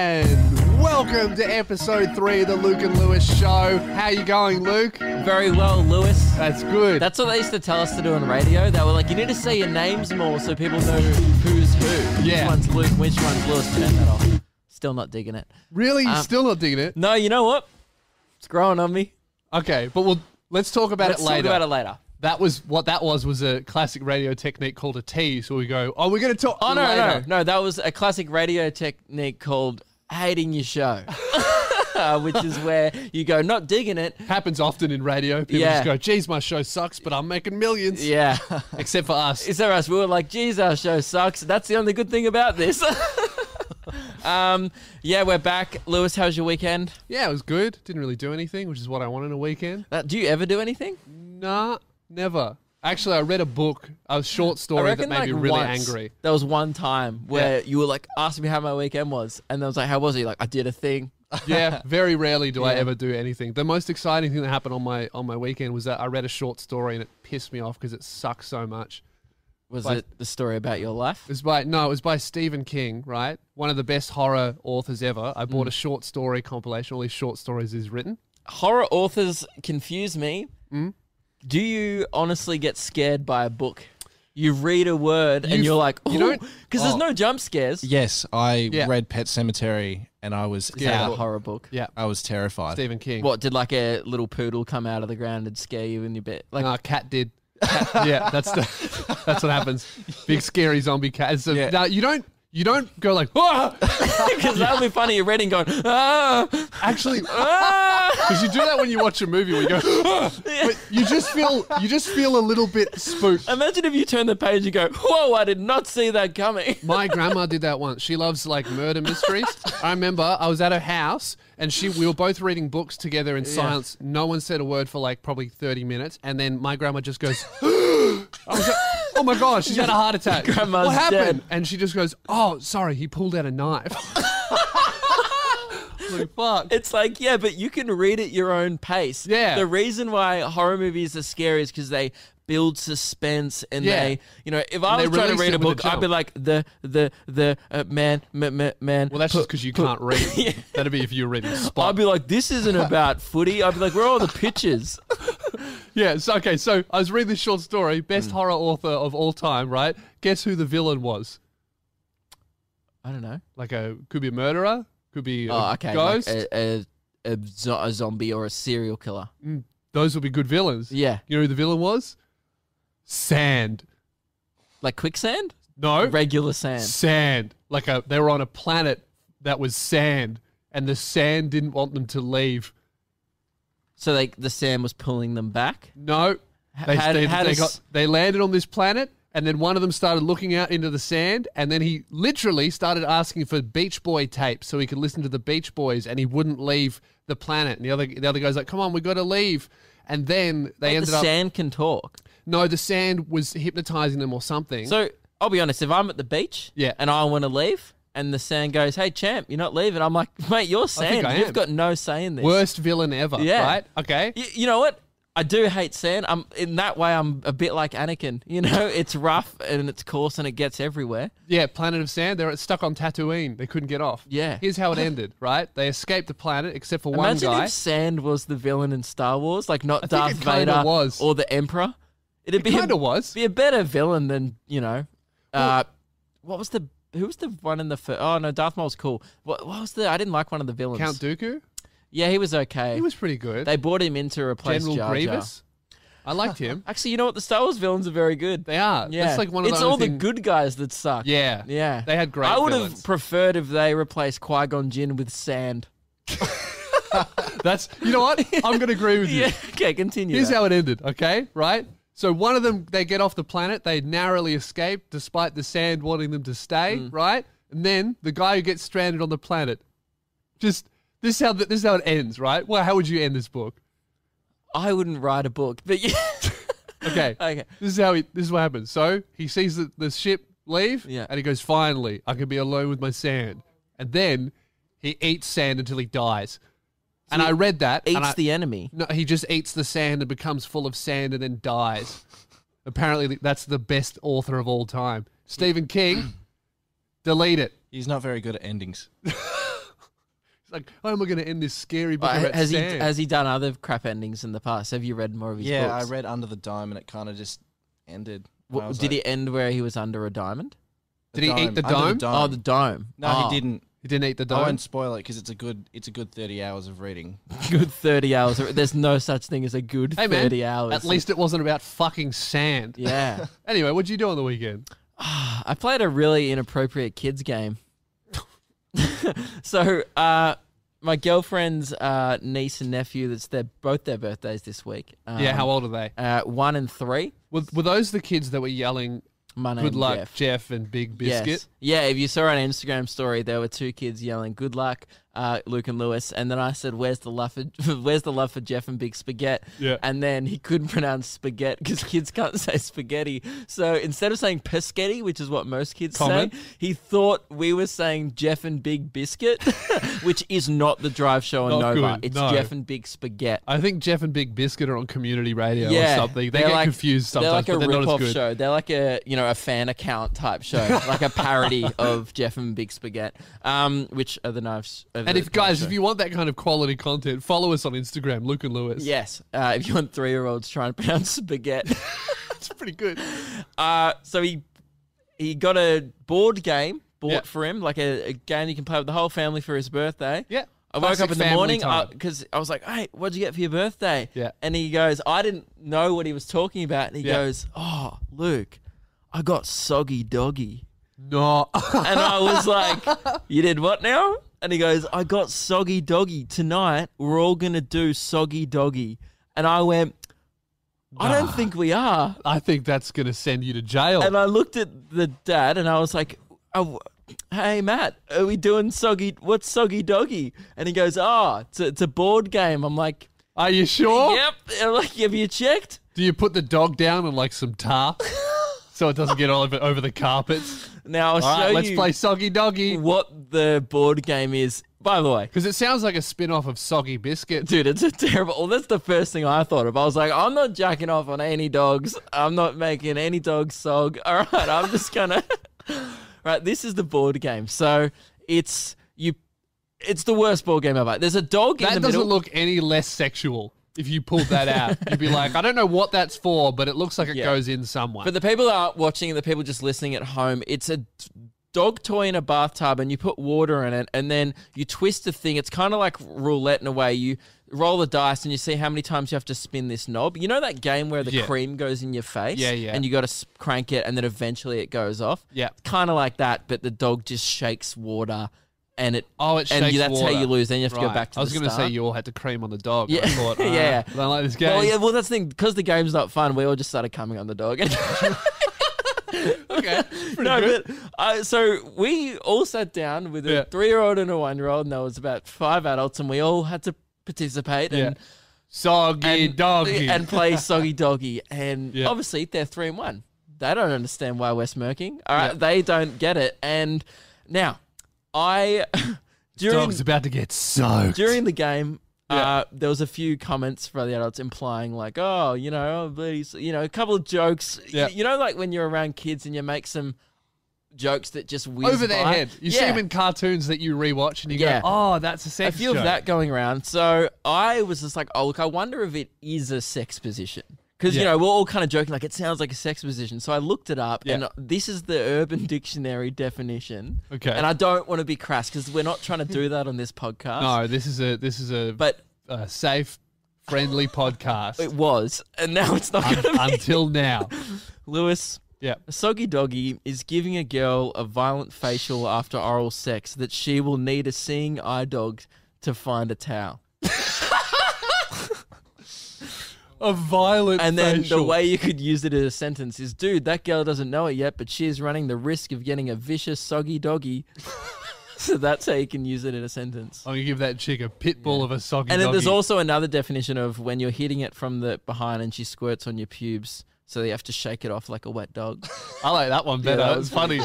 And welcome to episode three of the Luke and Lewis show. How you going, Luke? Very well, Lewis. That's good. That's what they used to tell us to do on radio. They were like, you need to say your names more so people know who's who. Yeah. Which one's Luke, which one's Lewis. Turn that off. Still not digging it. really, you um, still not digging it? No, you know what? It's growing on me. Okay, but we'll let's talk about Let's it later. talk about it later. That was what that was was a classic radio technique called a tease. So we go, oh, we're going to talk. Oh, no, later. no, no. That was a classic radio technique called hating your show, Uh, which is where you go, not digging it. Happens often in radio. People Yeah. just go, "Geez, my show sucks, but I'm making millions. Yeah. Except for us. Is there us? We were like, geez, our show sucks. That's the only good thing about this. um, yeah, we're back. Lewis, how's your weekend? yeah, it was good. Didn't really do anything, which is what I want in a weekend. Uh, do you ever do anything? Nah, never. Actually, I read a book, a short story that made me really once angry. There was one time where you were like asking me how my weekend was, and I was like, "How was it?" You're like, I did a thing. Yeah, very rarely do I Yeah. ever do anything. The most exciting thing that happened on my on my weekend was that I read a short story and it pissed me off because it sucks so much. Was Like- it the story about your life? It was by no, it was by Stephen King, right? One of the best horror authors ever. I Mm. bought a short story compilation, all these short stories he's written. Horror authors confuse me. Hmm? Do you honestly get scared by a book? You read a word and You've- you're like, you "Oh," don't- because there's oh. no jump scares. Yes, I Yeah. read Pet Cemetery and I was Is that Yeah. a horror book? Yeah, I was terrified. Uh, Stephen King. What did like a little poodle come out of the ground and scare you in your bed? Like, Nah, uh, cat did. Cat- yeah, that's the, that's what happens. Big scary zombie cat. It's a- Yeah. nah, you don't you don't go like "Ah!" because that would be funny. You're reading, going, ah, actually ah. because you do that when you watch a movie. We go, "Ah!" but you just feel you just feel a little bit spooked. Imagine if you turn the page and go, whoa, I did not see that coming. My grandma did that once. She loves like murder mysteries. I remember I was at her house and she we were both reading books together in silence. No one said a word for like probably 30 minutes and then my grandma just goes I was like, "Oh my god, she's had a heart attack. Grandma's what happened?" dead. And she just goes, "Oh, sorry, he pulled out a knife." I was like, fuck. It's like, yeah, but you can read at your own pace. Yeah. The reason why horror movies are scary is because they build suspense and Yeah. they, you know, if I they was trying to release read it a with a book, I'd be jump. like, the, the, the, uh, man, m- m- man. Well, that's just because you can't read. Yeah. That'd be if you were reading I'd spot. be like, this isn't about footy. I'd be like, where are all the pictures? Yeah. So okay. So I was reading this short story, best horror author of all time, right? Guess who the villain was? I don't know. like a could be a murderer, could be a Oh, okay. like ghost. a, a, a, zo- a zombie or a serial killer. Those would be good villains. Yeah. You know who the villain was? Sand. Like quicksand? No, Regular sand. sand. Like a they were on a planet that was sand, and the sand didn't want them to leave. So like the sand was pulling them back. No, they how- they, how they does- got they landed on this planet. And then one of them started looking out into the sand, and then he literally started asking for Beach Boy tapes so he could listen to the Beach Boys, and he wouldn't leave the planet. And the other the other guy's like, "Come on, we got to leave." And then they Like ended the up sand can talk. No, the sand was hypnotizing them or something. So I'll be honest, if I'm at the beach Yeah. and I want to leave and the sand goes, Hey champ, you're not leaving, I'm like, mate, you're sand. I You've am. got no say in this. worst villain ever. Yeah. Right? Okay. Y- you know what? I do hate sand. I'm in that way I'm a bit like Anakin. You know, it's rough and it's coarse and it gets everywhere. Yeah, Planet of Sand. They're stuck on Tatooine. They couldn't get off. Yeah. Here's how it ended. Right? They escaped the planet except for one Imagine guy. if sand was the villain in Star Wars, like not think Darth it kinda Vader was. or the Emperor. It'd be Kinda was. be a better villain than you know. Uh, what was the who was the one in the first? Oh no, Darth Maul's cool. What, what was the? I didn't like one of the villains. Count Dooku. yeah, he was okay. He was pretty good. they brought him in to replace General Jar Jar. Grievous. I liked him. Actually, you know what? The Star Wars villains are very good. They are. yeah, That's like one of it's the all only the thing- good guys that suck. Yeah. yeah. They had great I would have villains. preferred if they replaced Qui Gon Jinn with sand. That's you know what? I'm gonna agree with you. Yeah. Okay, continue. Here's that. how it ended, okay? Right? So one of them, they get off the planet. They narrowly escape despite the sand wanting them to stay, Mm. right? And then the guy who gets stranded on the planet. Just this is how th- this is how it ends, right? Well, how would you end this book? I wouldn't write a book, but yeah. Okay. okay. This is how he, this is what happens. So he sees the, the ship leave, Yeah. and he goes, "Finally, I can be alone with my sand." And then he eats sand until he dies. and I read that. and Eats I- the enemy. No, he just eats the sand and becomes full of sand and then dies. Apparently, th- that's the best author of all time. Stephen King, delete it. He's not very good at endings. It's like, how am I going to end this scary book But about has Stan? he has he done other crap endings in the past? Have you read more of his yeah, books? I read Under the Dime and it kind of just ended. Wha- I was did like, he end where he was under a diamond? Did he eat the Under dome? Oh, the dome. no, Oh, he didn't. he didn't eat the I dime. won't spoil it because it's a good it's a good thirty hours of reading. Good thirty hours. There's no such thing as a good Hey, man, thirty hours. At least it wasn't about fucking sand. Yeah. Anyway, what'd you do on the weekend? I played a really inappropriate kids game. so, uh, my girlfriend's uh, niece and nephew, that's their both their birthdays this week. Um, yeah, how old are they? Uh, one and three. Were, were those the kids that were yelling, My name good luck, Jeff, Jeff. and Big Biscuit? Yes. Yeah, if you saw an Instagram story, there were two kids yelling "Good luck, uh, Luke and Lewis," and then I said, "Where's the love for Where's the love for Jeff and Big Spaghetti?" Yeah. And then he couldn't pronounce spaghetti because kids can't say spaghetti. So instead of saying pescetti, which is what most kids Common. say, he thought we were saying Jeff and Big Biscuit, which is not the drive show on Not Nova. good, It's no. Jeff and Big Spaghetti. I think Jeff and Big Biscuit are on community radio or something. They they're get like- confused sometimes, They're but like they're not a as rip-off good. show. They're like a you know a fan account type show, like a parody of Jeff and Big Spaghetti, um, which are the knives. Of And the if guys, show. if you want that kind of quality content, follow us on Instagram, Luke and Lewis. yes, uh, if you want three-year-olds trying to pronounce spaghetti, it's pretty good. uh, so he he got a board game bought Yeah. for him, like a, a game you can play with the whole family for his birthday. Yeah, I woke classic up in the family morning uh, time. because I was like, "Hey, what'd you get for your birthday?" Yeah. and he goes, "I didn't know what he was talking about." And he Yeah. goes, "Oh, Luke, I got soggy doggy," No, and I was like, "You did what now?" And he goes, "I got soggy doggy tonight. We're all gonna do soggy doggy," and I went. I Ah. don't think we are. I think that's gonna send you to jail. And I looked at the dad and I was like, oh, hey, Matt, are we doing soggy? What's soggy doggy? And he goes, oh, it's a, it's a board game. I'm like, Are you sure? yep. And I'm like, have you checked? Do you put the dog down on like some tar so it doesn't get all over, over the carpets? Now I'll All show right, let's you play Soggy Doggy what the board game is. By the way, because it sounds like a spin off of Soggy Biscuit. dude, it's a terrible. Well, that's the first thing I thought of. I was like, I'm not jacking off on any dogs. I'm not making any dogs sog. All right, I'm just gonna. right, this is the board game. So it's you. It's the worst board game ever. There's a dog in That the doesn't middle. look any less sexual. If you pulled that out, you'd be like, I don't know what that's for, but it looks like it Yeah. goes in somewhere. For the people that aren't watching and the people just listening at home, it's a d- dog toy in a bathtub and you put water in it and then you twist the thing. It's kind of like roulette in a way. You roll the dice and you see how many times you have to spin this knob. You know that game where the Yeah. cream goes in your face? Yeah, yeah. And you got to crank it and then eventually it goes off? Yeah. Kind of like that, but the dog just shakes water and it. oh, it shakes and you, that's water. how you lose. Then you have to go Right. back to I was the gonna say start. you all had to cream on the dog. Yeah, Yeah. I thought, ah, Yeah. I don't like this game. Well, yeah, well, that's the thing. Because the game's not fun, we all just started coming on the dog. Okay, no, but uh, so we all sat down with a Yeah. three-year-old and a one-year-old, and there was about five adults, and we all had to participate and soggy and, doggy. and play soggy doggy. And Yeah. obviously, they're three and one. They don't understand why we're smirking. All right, they don't get it. And now, I during Dog's about to get soaked. during the game, uh, there was a few comments from the adults implying like, oh, you know, these, you know, a couple of jokes. Y- Yeah. You, know, like when you're around kids and you make some jokes that just whiz over their by. head. You see Yeah. them in cartoons that you rewatch, and you Yeah. go, "Oh, that's a a sex few joke." of that going around. So I was just like, oh, look, I wonder if it is a sex position. Because, you Yeah. know, we're all kind of joking, like, it sounds like a sex position. So I looked it up, Yeah. and this is the Urban Dictionary definition. Okay. And I don't want to be crass because we're not trying to do that on this podcast. No, this is a this is a But uh, safe, friendly podcast it was. And now it's not going to be. until now. Lewis, Yeah, a soggy doggy is giving a girl a violent facial after oral sex that she will need a seeing eye dog to find a towel. a violent And then the facial. way you could use it as a sentence is, dude, that girl doesn't know it yet, but she is running the risk of getting a vicious soggy doggy. so that's how you can use it in a sentence. I'm gonna give that chick a pit bull of a soggy. And then there's doggy. also another definition of when you're hitting it from the behind and she squirts on your pubes, so you have to shake it off like a wet dog. I like that one better. that that's was funny.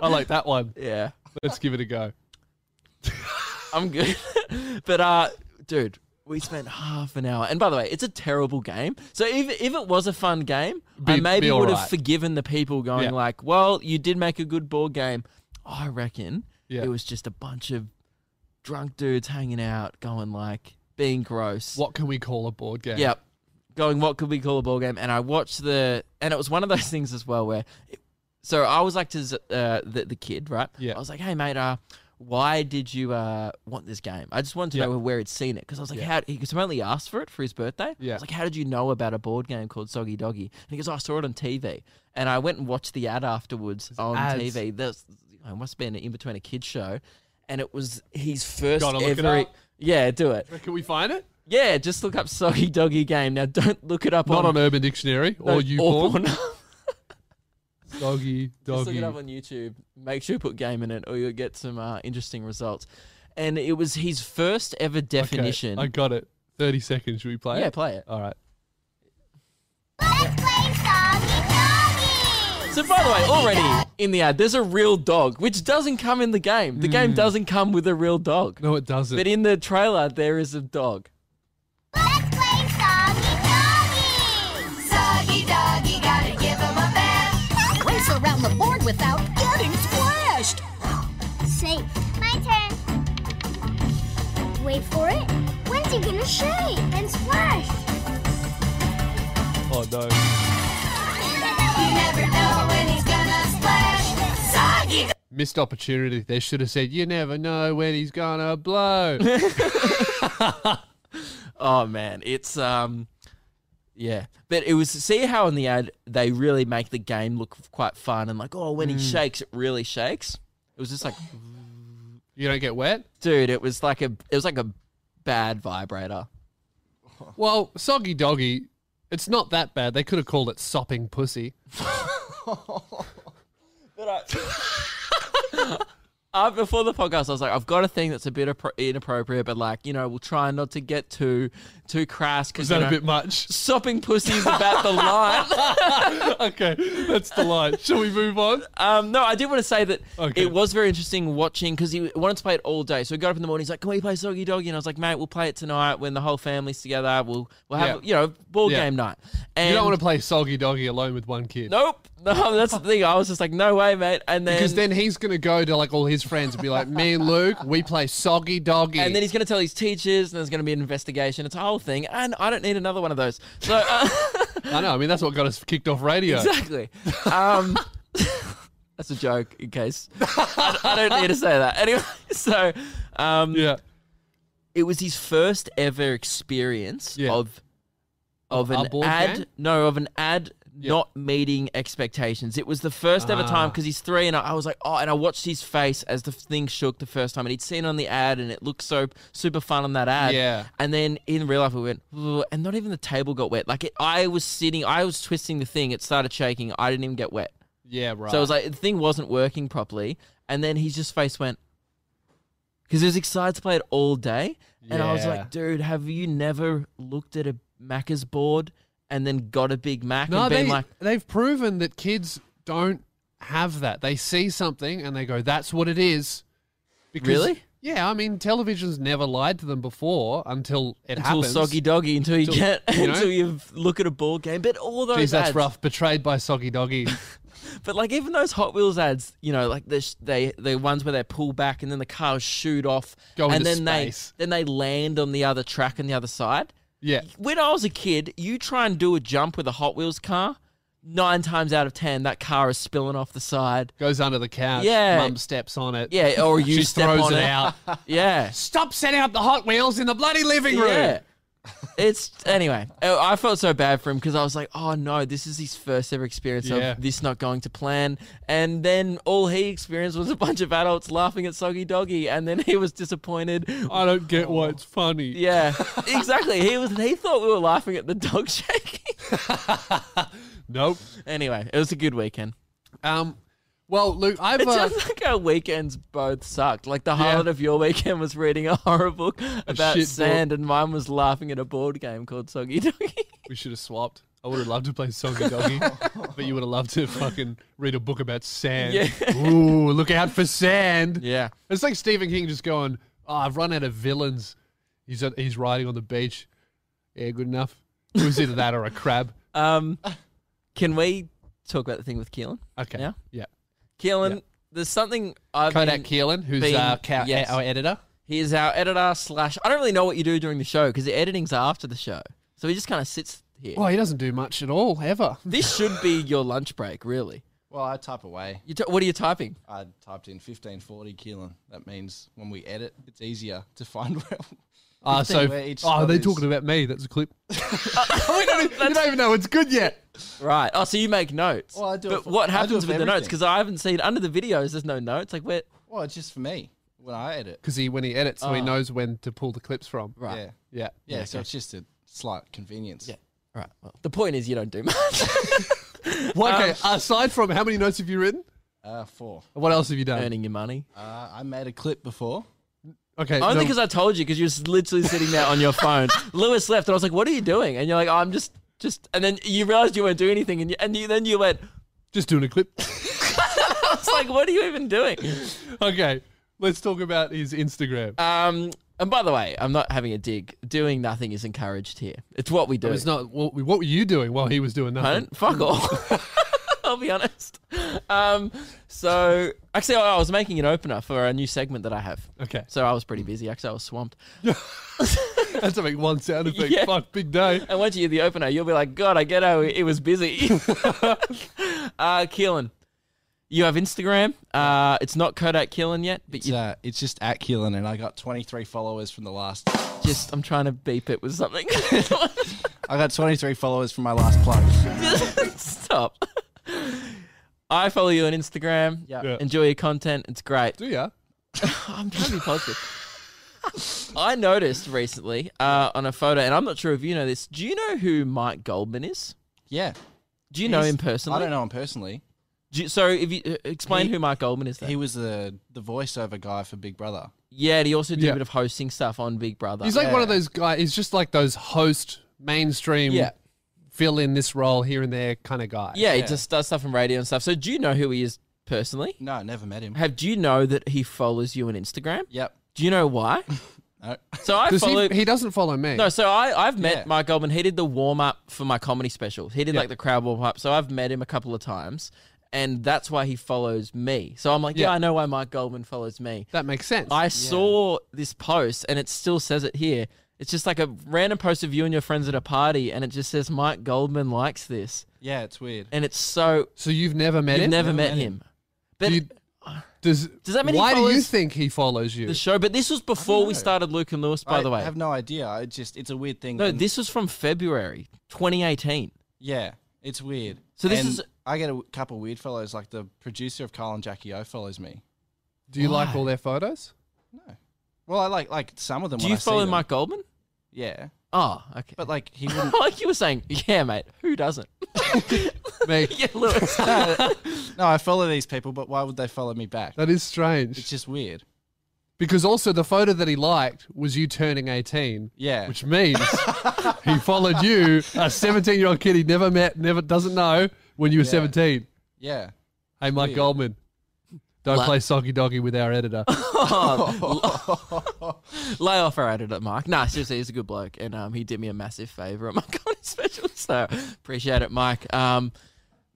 I like that one. yeah. Let's give it a go. I'm good. but uh dude, we spent half an hour. And by the way, it's a terrible game. So if if it was a fun game, I Be- maybe be would have alright. forgiven the people going Yeah. like, "Well, you did make a good board game." I reckon Yeah. it was just a bunch of drunk dudes hanging out, going like being gross. What can we call a board game? Yep. Going, what could we call a ball game? And I watched the, and it was one of those things as well where, so I was like to Z- uh, the, the kid, right? Yeah. I was like, hey, mate, uh, why did you uh, want this game? I just wanted to Yeah. know where he'd seen it because I was like, Yeah. how, he because apparently asked for it for his birthday. I Yeah. was like, how did you know about a board game called Soggy Doggy? And he goes, oh, I saw it on TV. And I went and watched the ad afterwards on ads. TV. There's, it must have been in between a kid's show. And it was his 1st Gotta look it ever. up. Yeah, do it. Can we find it? Yeah, just look up Soggy Doggy Game. Now, don't look it up Not on, on Urban Dictionary no, or you porn. just Doggy, look doggy. it up on YouTube. Make sure you put game in it, or you'll get some uh, interesting results. And it was his first ever Okay, definition. I got it. 30 seconds. Should we play yeah, it? play it. All right. Let's play Soggy Doggy! So, by the way, already in the ad, there's a real dog, which doesn't come in the game. The game doesn't come with a real dog. Hmm. No, it doesn't. But in the trailer, there is a dog. Let's play Soggy Doggy! Soggy Doggy, gotta give him a bath. Race around the board without getting splashed. Safe. My turn. Wait for it. When's he gonna shake and splash? oh, no. You never know when he's gonna splash. Soggy Missed opportunity. They should have said, you never know when he's going to blow. Oh man, it's um, yeah. But it was see how in the ad they really make the game look quite fun and like oh when Hmm. he shakes it really shakes. It was just like you don't get wet? dude, it was like a it was like a bad vibrator. Well, soggy doggy, it's not that bad. They could have called it sopping pussy. Uh, before the podcast, I was like, I've got a thing that's a bit appro- inappropriate, but like you know we'll try not to get too too crass because Is that a bit much? sopping pussy is about the line. okay, that's the line. Shall we move on? Um, no, I did want to say that Okay. it was very interesting watching because he wanted to play it all day. So he got up in the morning. He's like, "Can we play Soggy Doggy?" And I was like, "Mate, we'll play it tonight when the whole family's together. We'll we'll have Yeah. you know ball Yeah. game night." And You don't want to play soggy doggy alone with one kid. Nope. No, that's the thing. I was just like, "No way, mate." And then Because then he's going to go to like all his friends and be like, me and Luke, we play soggy doggy. and then he's going to tell his teachers, and there's going to be an investigation. It's a whole thing, and I don't need another one of those. So uh, I know, I mean, that's what got us kicked off radio. exactly. Um, that's a joke. In case I, I don't need to say that anyway. So um, Yeah. it was his first ever experience Yeah. of of a an board ad game? no of an ad not meeting expectations it was the first ever time Ah. because he's three and I, I was like oh and i watched his face as the thing shook the first time and he'd seen it on the ad and it looked so super fun on that ad Yeah. and then in real life we went "Ugh," and not even the table got wet like it, i was sitting i was twisting the thing it started shaking i didn't even get wet Yeah, right. so it was like the thing wasn't working properly, and then his just face went because he was excited to play it all day, and I was Yeah. like, dude, have you never looked at a Macca's board and then got a Big Mac no, and they, been like, they've proven that kids don't have that. They see something and they go, that's what it is. Because, Really? Yeah, I mean, television's never lied to them before until it until happens. soggy doggy, until you Till- get, you know? until you look at a board game, but all those Jeez, that's ads, rough. Betrayed by soggy doggy. but like even those Hot Wheels ads, you know, like this, they the ones where they pull back and then the cars shoot off, Go and into then space. they then they land on the other track on the other side. yeah. when I was a kid, you try and do a jump with a Hot Wheels car, nine times out of ten, that car is spilling off the side. Goes under the couch. Yeah. Mum steps on it. Yeah, or you She step throws on it out. Yeah, Stop setting up the Hot Wheels in the bloody living room. yeah. It's anyway. I I felt so bad for him because I was like, "Oh no, this is his first ever experience Yeah. of this not going to plan." And then all he experienced was a bunch of adults laughing at Soggy Doggy, and then he was disappointed. I don't get why it's funny. Oh. Yeah, exactly. He was. He thought we were laughing at the dog shaking. Nope. anyway, it was a good weekend. Um, well, Luke, I've It uh, sounds like our weekends both sucked. Like the highlight of your weekend was reading a horror book about shit book. sand, and mine was laughing at a board game called Soggy Doggy. we should have swapped. I would have loved to play Soggy Doggy, but you would have loved to fucking read a book about sand. Yeah. Ooh, look out for sand. yeah. It's like Stephen King just going, "Oh, I've run out of villains." He's at, he's riding on the beach. Yeah, good enough. It was either that or a crab. Um, can we talk about the thing with Keelan? Okay. Yeah. Yeah. Keelan, there's something I've Kodak been- Keelan, who's been- uh, ca- yes. our editor. He is our editor slash. I don't really know what you do during the show because the editing's after the show, so he just kind of sits here. Well, he doesn't do much at all, ever. This should be your lunch break, really. Well, I type away. You t- what are you typing? I typed in 1540 Keelan. That means when we edit, it's easier to find where. Ah, Fifteen so where each oh, shot they're is. talking about me. That's a clip. we don't, even- you don't even know it's good yet. Right. Oh, so you make notes. Well, I do it But for- I what do happens it for with the notes? everything. Because I haven't seen under the videos. There's no notes. Like where? Well, it's just for me when I edit. Because he when he edits, so he Ah. knows when to pull the clips from. Right. Yeah. Yeah. Ah. Yeah, so it's just a slight convenience. Yeah. Right. Well, the point is you don't do much. Well, okay. aside from how many notes have you written? Uh, four. What else have you done? Earning your money. Uh, I made a clip before. Okay. Only no- because I told you because you were literally sitting there on your phone. Lewis left, and I was like, "What are you doing?" And you're like, oh, "I'm just, just." And then you realized you weren't doing anything, and you, and you, then you went, just doing a clip. "I was like, what are you even doing?" okay. Let's talk about his Instagram. Um. And by the way, I'm not having a dig. Doing nothing is encouraged here. It's what we do. it's not what, what were you doing while he was doing I nothing? don't fuck all. I'll be honest. Um, so actually, I I was making an opener for a new segment that I have. Okay. So I was pretty busy. Actually, I was swamped. That's to make one sound effect. Yeah. Fuck, big day. And once you hear the opener, you'll be like, God, I get how it was busy. uh, Keelan, you have Instagram. Uh, it's not Kodak Keelan yet, but It's, you uh, it's just at Keelan, and I got 23 followers from the last. just, I'm trying to beep it with something. I got 23 followers from my last plug. Stop. I follow you on Instagram. Yeah. Enjoy your content. It's great. Do ya? I'm trying to be positive. I noticed recently uh, on a photo, and I'm not sure if you know this. Do you know who Mike Goldman is? Yeah. Do you know He's- him personally? I don't know him personally. Do you- so, if you uh, explain He- who Mike Goldman is, then. He was the the voiceover guy for Big Brother. yeah, and he also did Yeah. a bit of hosting stuff on Big Brother. He's like one of those guys. He's just like those host mainstream. Yeah. Fill in this role here and there kind of guy. yeah, he yeah. just does stuff on radio and stuff. So, do you know who he is personally? No, I never met him. Have do you know that he follows you on Instagram? Yep. Do you know why? No. So I Because follow. he, he doesn't follow me. No, so I, I've met Yeah. Mike Goldman. He did the warm up for my comedy special. He did Yeah. like the crowd warm up. So I've met him a couple of times, and that's why he follows me. So I'm like, yeah, Yeah. I know why Mike Goldman follows me. That makes sense. I saw this post, and it still says it here. It's just like a random post of you and your friends at a party, and it just says Mike Goldman likes this, Yeah, it's weird. and it's so so you've never met you've him? never Never met met him. But Do you- does, Does that mean he Why do you follows- think he follows you? the show, but this was before we know. started Luke and Lewis, by I the way. have no idea. I just it's a weird thing. no, and- this was from February 2018. Yeah, it's weird. So this And is- I get a w- couple weird fellows. Like the producer of Carl and Jackie O follows me. do you like Why? all their photos? Well, I like like some of them. Do when you I see follow them. Mike Goldman? Yeah, Oh, okay. but like he wouldn't. like you were saying, yeah, mate, who doesn't? Me. yeah, Lewis. no, I follow these people, but why would they follow me back? That is It's strange. just weird. Because also the photo that he liked was you turning 18. Yeah. Which means he followed you, a 17 year old kid he never met, never doesn't know, when you were 17. Yeah. Hey, Mike Weird. Goldman, don't La- play socky doggy with our editor. Lay off our editor, Mark. Nah, seriously, he's a good bloke, and um, he did me a massive favour on my comedy special, so appreciate it, Mike. Um,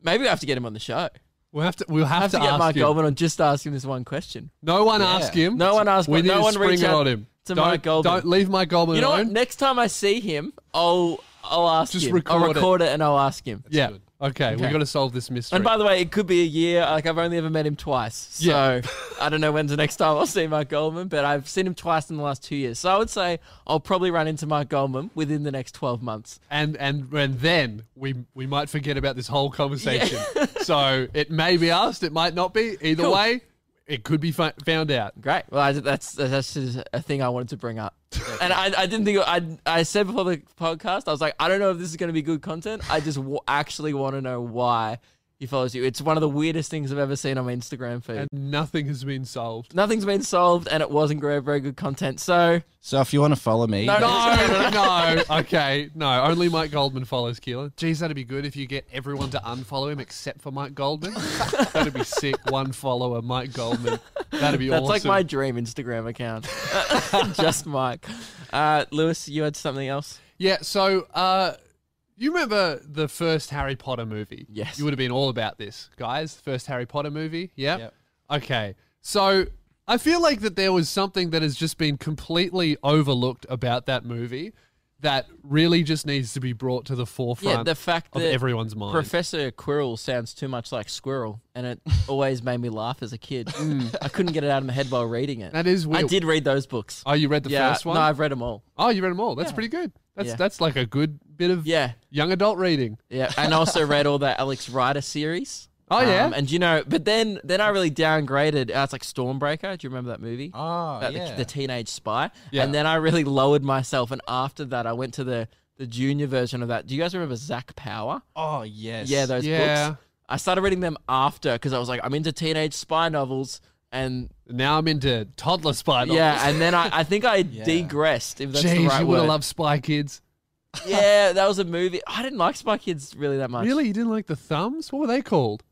maybe we have to get him on the show. We'll have to. We'll have, have to, to get ask Mike him. Goldman on just ask him this one question. No one Yeah. ask him. No one asked. We need no to one spring reached it out on him. to don't, Mike Goldman. Don't leave Mike Goldman you know what? alone. Next time I see him, I'll I'll ask Just him. I'll record it. record it. and I'll ask him. Yeah. Okay. Okay. We've got to solve this mystery. And by the way, it could be a year. Like I've only ever met him twice, so Yeah. I don't know when's the next time I'll see Mike Goldman. But I've seen him twice in the last two years, so I would say I'll probably run into Mike Goldman within the next twelve months. and and and then we we might forget about this whole conversation. so it may be asked. It might not be. Either Cool. way, it could be fi- found out. Great. Well, I, that's that's just a thing I wanted to bring up, and I, I didn't think I I said before the podcast I was like I don't know if this is going to be good content. I just w- actually want to know why he follows you. It's one of the weirdest things I've ever seen on my Instagram feed. And nothing has been solved. Nothing's been solved, and it wasn't very very good content. So So if you want to follow me, No, No, no. Okay, no. Only Mike Goldman follows Keelan. Geez, that'd be good if you get everyone to unfollow him except for Mike Goldman. that'd be sick. One follower, Mike Goldman. That'd be That's awesome. like my dream Instagram account. Just Mike. Uh, Lewis, you had something else? Yeah, so uh, you remember the first Harry Potter movie? Yes. You would have been all about this, guys. First Harry Potter movie, yeah? Yep. Okay, so I feel like that there was something that has just been completely overlooked about that movie that really just needs to be brought to the forefront Yeah, the fact of that everyone's mind. Professor Quirrell sounds too much like squirrel, and it always made me laugh as a kid. I couldn't get it out of my head while reading it. That is I weird. did read those books. oh, you read the yeah, first one? no, I've read them all. oh, you read them all. That's pretty good. That's Yeah. that's like a good bit of Yeah, young adult reading. yeah, and I also read all the Alex Rider series. Um, Oh, yeah? and you know, but then then I really downgraded. Uh, it's like Stormbreaker. Do you remember that movie? Oh, About the- yeah. the, teenage spy. Yeah. And then I really lowered myself, and after that, I went to the the junior version of that. Do you guys remember Zach Power? oh, yes. Yeah, those Yeah. books. I started reading them after because I was like, I'm into teenage spy novels, and Now I'm into toddler spy novels. yeah, and then I, I think I degressed. If that's Jeez, the right you would word. have loved Spy Kids. yeah, that was a movie. I didn't like Spy Kids really that much. Really? You didn't like the thumbs? What were they called?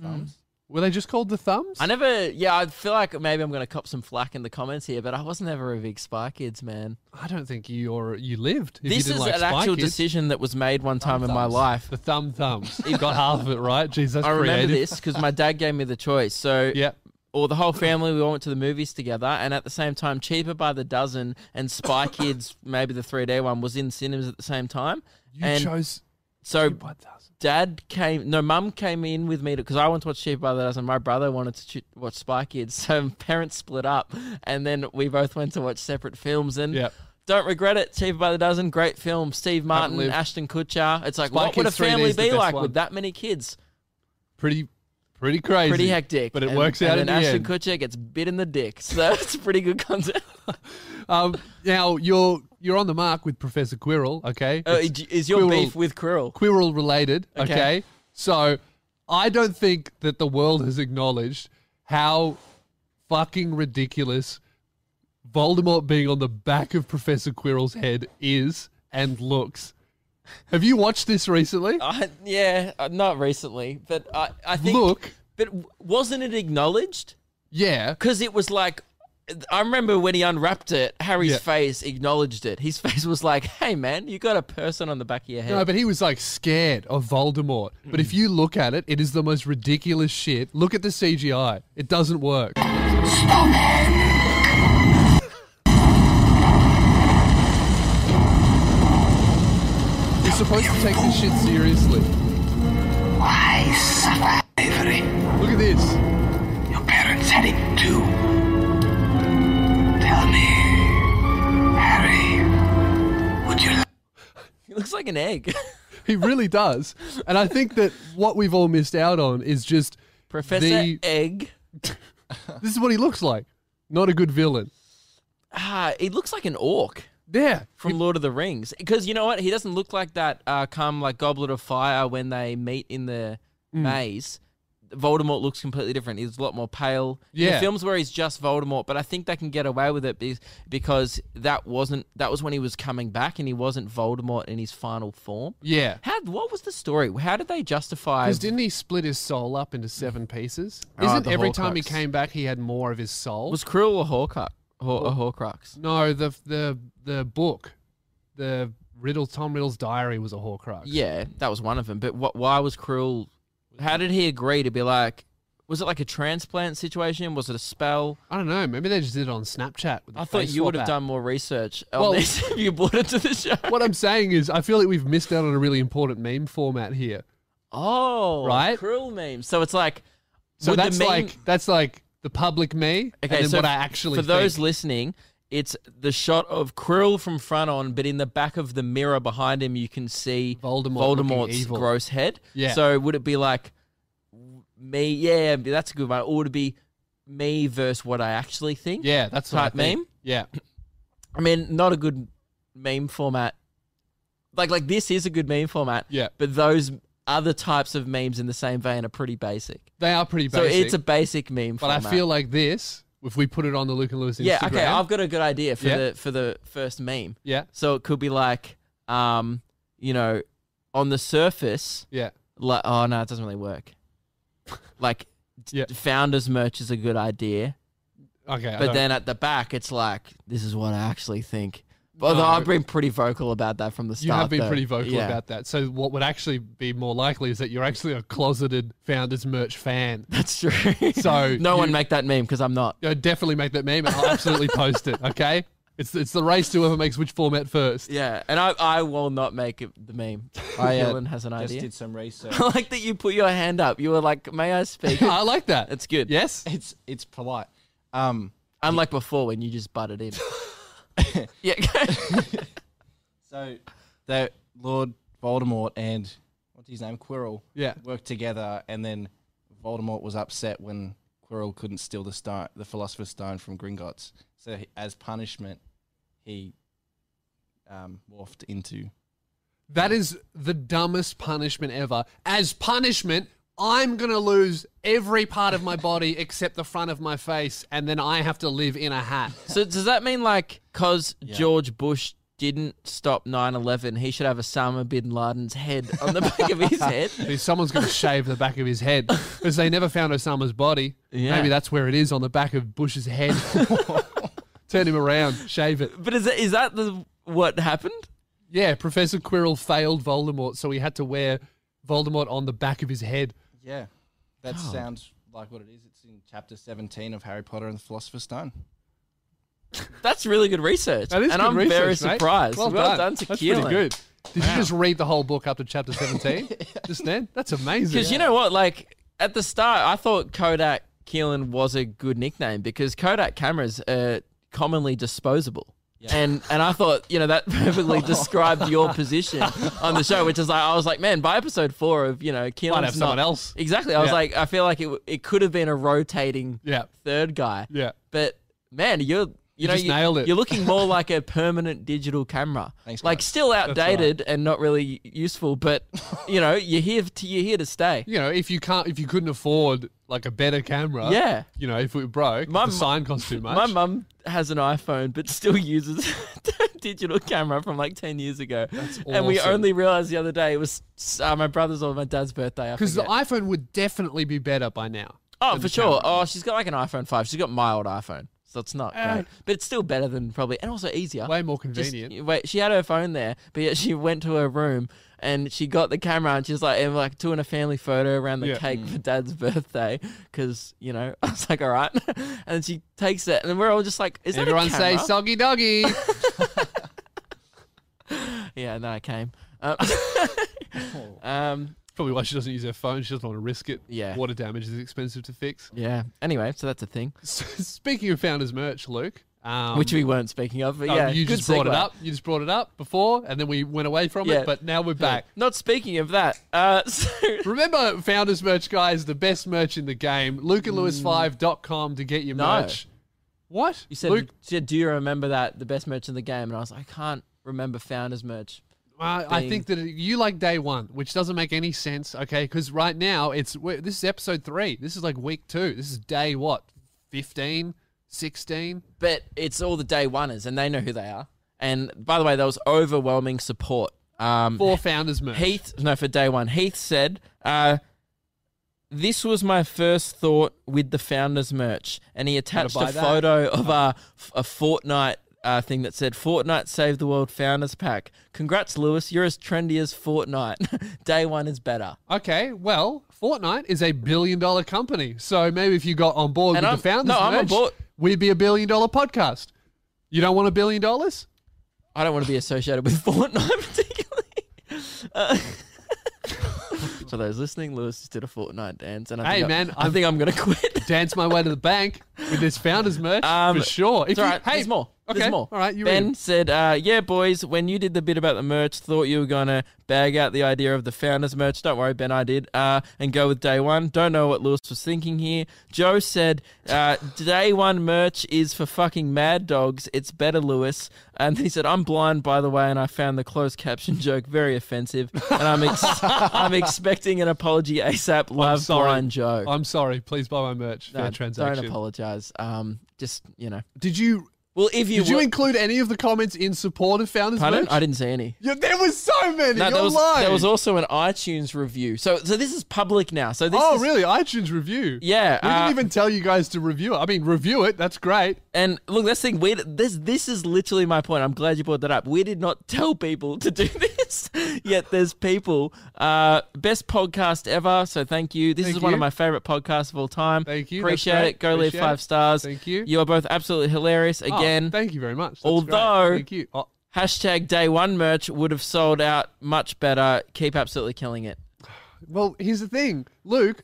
Thumbs. Were they just called the thumbs? I never. Yeah, I feel like maybe I'm gonna cop some flack in the comments here, but I was never a big Spy Kids man. I don't think you or you lived. If you this didn't is like an Spy actual Kids. decision that was made one time in my thumbs. life. The thumb thumbs. You got half of it right. Jeez, that's I remember creative. this because my dad gave me the choice. So Yeah. or the whole family, we all went to the movies together, and at the same time, Cheaper by the Dozen and Spy Kids, maybe the 3D one, was in cinemas at the same time. You and chose so one thousand. dad came, no, mum came in with me because I wanted to watch Cheaper by the Dozen. My brother wanted to ch- watch Spy Kids, so parents split up, and then we both went to watch separate films. And Yep. don't regret it, Cheaper by the Dozen, great film. Steve Martin, lived. Ashton Kutcher. It's like, Spy what would a Kids 3D is family the be best like one. with that many kids? Pretty pretty crazy. pretty hectic. But it And- works out And in then the end. Ashton Kutcher gets bit in the dick, so that's pretty good content. Um, now you're you're on the mark with Professor Quirrell, okay? Uh, It's is- is your Quirrell- beef with Quirrell? Quirrell related, okay. Okay. So I don't think that the world has acknowledged how fucking ridiculous Voldemort being on the back of Professor Quirrell's head is and looks. Have you watched this recently? I, yeah, uh, not recently, but I, I think. Look, but w- wasn't it acknowledged? yeah, Because it was like, I remember when he unwrapped it, Harry's Yeah. face acknowledged it. His face was like, "Hey, man, you got a person on the back of your head." No, but he was like scared of Voldemort. But if you look at it, it is the most ridiculous shit. Look at the CGI. It doesn't work. You're supposed to take this shit seriously. I suffer slavery. Look at this. Your parents had it too. Tell me, Harry, would you He looks like an egg. He really does. And I think that what we've all missed out on is just Professor The- Egg. this is what he looks like. Not a good villain. Ah, he looks like an orc. Yeah. from Lord of the Rings. Because you know what? He doesn't look like that uh, come like Goblet of Fire when they meet in the Mm. maze. Voldemort looks completely different. He's a lot more pale. In Yeah. the films where he's just Voldemort, but I think they can get away with it be- because that wasn't that was when he was coming back and he wasn't Voldemort in his final form. Yeah. How what was the story? How did they justify Because didn't he split his soul up into seven pieces? Oh, Isn't the every time he Horcrux. came back he had more of his soul? was Cruel or Horcrux? Hor- a Horcrux. no, the the the book, the Riddle Tom Riddle's diary was a Horcrux. Yeah, that was one of them. But what? Why was Cruel? How did he agree to be like? Was it like a transplant situation? Was it a spell? I don't know. Maybe they just did it on Snapchat. With the I thought face you swap would have app. done more research on Well- this if you brought it to the show. What I'm saying is, I feel like we've missed out on a really important meme format here. Oh, Right? Cruel memes. So it's like, So would the that's meme- like that's like the public me, and okay. then so what I actually for those think. listening, it's the shot of Krill from front on, but in the back of the mirror behind him, you can see Voldemort looking Voldemort's evil. gross head. Yeah. So would it be like me? Yeah, that's a good one. Or would it be me versus what I actually think? yeah, that's what I type think. meme? Yeah, I mean, not a good meme format. Like like this is a good meme format. Yeah. But those other types of memes in the same vein are pretty basic. they are pretty So basic. it's a basic meme but I format. feel like this. If we put it on the Luke and Lewis Instagram, Yeah, okay, I've got a good idea for Yeah. the for the first meme. yeah, So it could be like um, you know, on the surface, yeah. like oh no, it doesn't really work. like d- Yeah. founders merch is a good idea. Okay, I But don't- then at the back, it's like, this is what I actually think. Although No. I've been pretty vocal about that from the start. You have been though. pretty vocal Yeah. about that. So what would actually be more likely is that you're actually a closeted Founders merch fan. That's true. So no one you- make that meme because I'm not. Uh, definitely make that meme and I'll absolutely post it, okay? It's it's the race to whoever makes which format first. Yeah, and I, I will not make it the meme. I uh, Dylan has an just idea. did some research. I like that you put your hand up. You were like, "May I speak?" I like that. It's good. Yes? it's it's polite. Um, Unlike before when you just butted in. yeah. so the Lord Voldemort and what's his name, Quirrell, Yeah. worked together, and then Voldemort was upset when Quirrell couldn't steal the stone, the Philosopher's Stone, from Gringotts. So he, as punishment, he um, morphed into. That is the dumbest punishment ever. As punishment, I'm going to lose every part of my body except the front of my face, and then I have to live in a hat. So does that mean like because George Bush didn't stop 9/11, he should have Osama bin Laden's head on the back of his head? If Someone's going to shave the back of his head because they never found Osama's body. Yeah. Maybe that's where it is on the back of Bush's head. Turn him around, shave it. But is that, is that the what happened? Yeah, Professor Quirrell failed Voldemort, so he had to wear Voldemort on the back of his head. Yeah, that sounds like what it is. It's in chapter seventeen of Harry Potter and the Philosopher's Stone. That's really good research. That is and good I'm research, very mate. surprised. Well, done, to That's Keelan. pretty good. Did you just read the whole book up to chapter 17 just then? That's amazing. Because you know what? Like at the start, I thought Kodak Keelan was a good nickname because Kodak cameras are commonly disposable. And and I thought you know that perfectly described your position on the show, which is like I was like, man, by episode four of you know Keelan's have someone not- else. Exactly. I was Yeah. like, I feel like it w- it could have been a rotating Yeah. third guy. Yeah. But man, you're. You, know, just you, nailed it. you're looking more like a permanent digital camera. Thanks, like guys. still outdated and not really useful, but you know, you're here to, you're here to stay. You know, if you can't, if you couldn't afford like a better camera, Yeah. You know, if we were broke, My the mu- sign costs too much. My mum has an iPhone but still uses a digital camera from like 10 years ago. And we awesome. only realized the other day it was uh, my brother's or my dad's birthday. because Because the iPhone would definitely be better by now. Oh, for sure. Oh, she's got like an iPhone 5. She's got my old iPhone. So it's not Uh, great. But it's still better than probably, and also easier. Way more Uh, Just- convenient. wait, she had her phone there, but yet she went to her room and she got the camera and she's like, and like doing a family photo around the Yeah. cake for dad's birthday because you know I was like, all right, and she takes it and we're all just like, is Everyone that a camera? say soggy doggy. Yeah, and then I came. Um, Oh. um, Probably why she doesn't use her phone. She doesn't want to risk it. Yeah. Water damage is expensive to fix. yeah. Anyway, so that's a thing So, speaking of founders merch, Luke, um, which we weren't speaking of, but um, yeah, you good just brought it segue. up. You just brought it up before, and then we went away from Yeah. it. But now we're back. Not speaking of that. Uh, so Remember, Founders Merch, guys, the best merch in the game. LukeandLewis5.com to get your No. merch. What? you said, Luke, you said, do you remember that the best merch in the game? And I was like, I can't remember founders merch. uh, I being- think that you like day one, which doesn't make any sense, okay? Because right now, it's we're- this is episode three. This is like week two. This is day what? 15? 16? but it's all the day oneers, and they know who they are. And by the way, there was overwhelming support. Um, Four Founders Merch. Heath, no, for day one, Heath said, uh, "This was my first thought with the founders merch," and he attached buy a that. photo of a a Fortnite. Uh, thing that said Fortnite Save the World Founders Pack. Congrats, Lewis. You're as trendy as Fortnite. Day one is better. Okay, well, Fortnite is a billion dollar company. So maybe if you got on board And with I'm- the Founders no, I'm on Merch, board. we'd be a billion dollar podcast. You don't want a billion dollars? I don't want to be associated with Fortnite particularly. Uh, for those listening, Lewis just did a Fortnite dance, and I Hey, think man, I, I I'm- think I'm gonna quit. dance my way to the bank with this founders merch Um, for sure. It's you- all right. There's more. Okay. There's more. All right. You're ben in. said, uh, "Yeah, boys, when you did the bit about the merch, thought you were gonna bag out the idea of the founders merch. Don't worry, Ben, I did. Uh, and go with day one. Don't know what Lewis was thinking here. Joe said, uh, day one merch is for fucking mad dogs. It's better, Lewis. And he said, I'm blind, by the way, and I found the closed caption joke very offensive, and I'm ex- I'm expecting an apology asap. Love, Sorry. blind Joe. I'm sorry. Please buy my merch. Fair No, transaction. Don't apologize. Um, just you know." Did you Well, if you, Did you were- include any of the comments in support of Founders Pardon? Merch? I didn't see any. Yeah, there was so many. No, You're there was lying. there was also an iTunes review. So so this is public now. So this oh, is, really? iTunes review. Yeah, We uh, didn't even tell you guys to review it. I mean, review it. That's great. And look, that's the thing. We this this is literally my point. I'm glad you brought that up. We did not tell people to do this, yet there's people. Uh, best podcast ever. So thank you. This Thank is one of you. my favorite podcasts of all time. Thank you. That's Appreciate great. it. Go leave Appreciate five it. stars. Thank you. You are both absolutely hilarious. Oh, Again, thank you very much. That's Although- great. thank you. Oh, hashtag day one merch would have sold out much better. Keep absolutely killing it. well, here's the thing, Luke.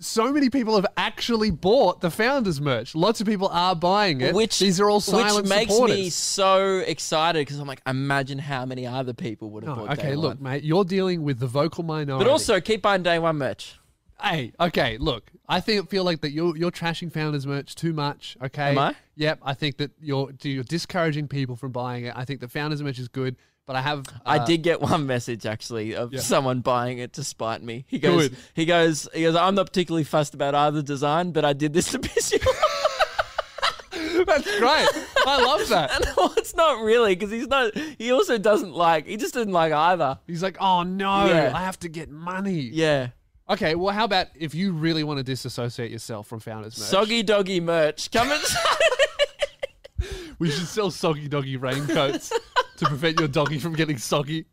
So many people have actually bought the Founders merch. Lots of people are buying it. Which these are all silent which makes supporters. me so excited because I'm like, imagine how many other people would have Oh, bought. day okay, look, one. mate, you're dealing with the vocal minority. But also keep buying day one merch. Hey, okay, look, I think feel like that you're you're trashing founders merch too much. Okay, Am I? Yep, I think that you're you're discouraging people from buying it. I think the founders merch is good, but I have I uh, did get one message actually of Yeah. someone buying it to spite me. He goes, Good. he goes, he goes. I'm not particularly fussed about either design, but I did this to piss you. off. That's great. I love that. And well, it's not really because he's not. He also doesn't like. He just didn't like either. He's like, oh no, Yeah. I have to get money. Yeah. Okay, well, how about if you really want to disassociate yourself from founders merch, Soggy doggy merch. Come and we should sell soggy doggy raincoats to prevent your doggy from getting soggy.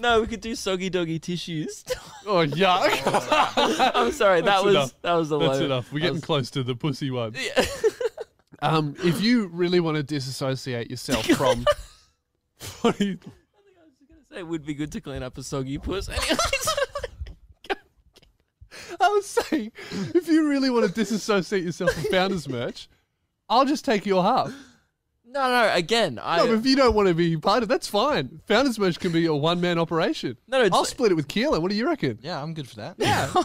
no, we could do soggy doggy tissues. Oh yuck. I'm sorry. That That's was enough. that was a That's low. enough. We're that getting was- close to the pussy one. um, if you really want to disassociate yourself from, It would be good to clean up a soggy puss. I was saying, if you really want to disassociate yourself from Founders merch, I'll just take your half. no, no. Again, I No, but if you don't want to be part of, that's fine. Founders merch can be a one man operation. No, no, it's I'll like- split it with Keelan. What do you reckon? Yeah, I'm good for that.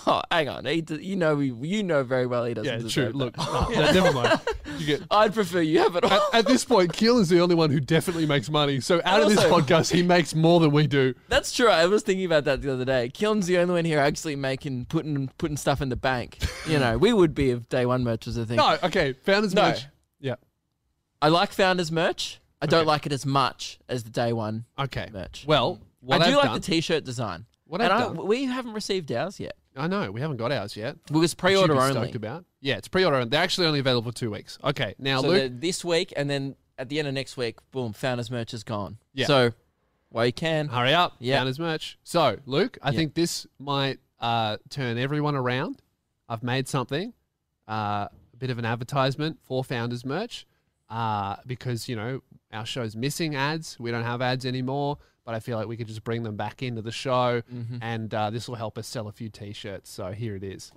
Oh, hang on. He d- you know, we- you know very well he doesn't. Yeah, true. deserve that. Look, no, no, never mind. You get. I'd prefer you have it all. At this point, Keelan's the only one who definitely makes money. So out of this also- podcast, he makes more than we do. That's true. I was thinking about that the other day. Kiln's the only one here actually making putting putting stuff in the bank. You know, we would be if day one merch was a thing. No, okay. Founders No. merch. Yeah. I like founders merch. I don't Okay. like it as much as the day one. Okay. Merch. Well, what I do I've like done- the t-shirt design. What and I've I- done- we haven't received ours yet. I know we haven't got ours yet. It was Which you'd pre-order be only. Stoked about? Yeah, it's pre-order only. They're actually only available for two weeks. Okay, now So they're Luke, this week and then at the end of next week, boom, founders merch is gone. Yeah. So while you can. hurry up. Yeah. down as merch. So Luke, I Yeah. think this might uh, turn everyone around. I've made something, uh, a bit of an advertisement for Founders merch, uh, because you know our show's missing ads. We don't have ads anymore. But I feel like we could just bring them back into the show, Mm-hmm. and uh, this will help us sell a few T-shirts. So here it is.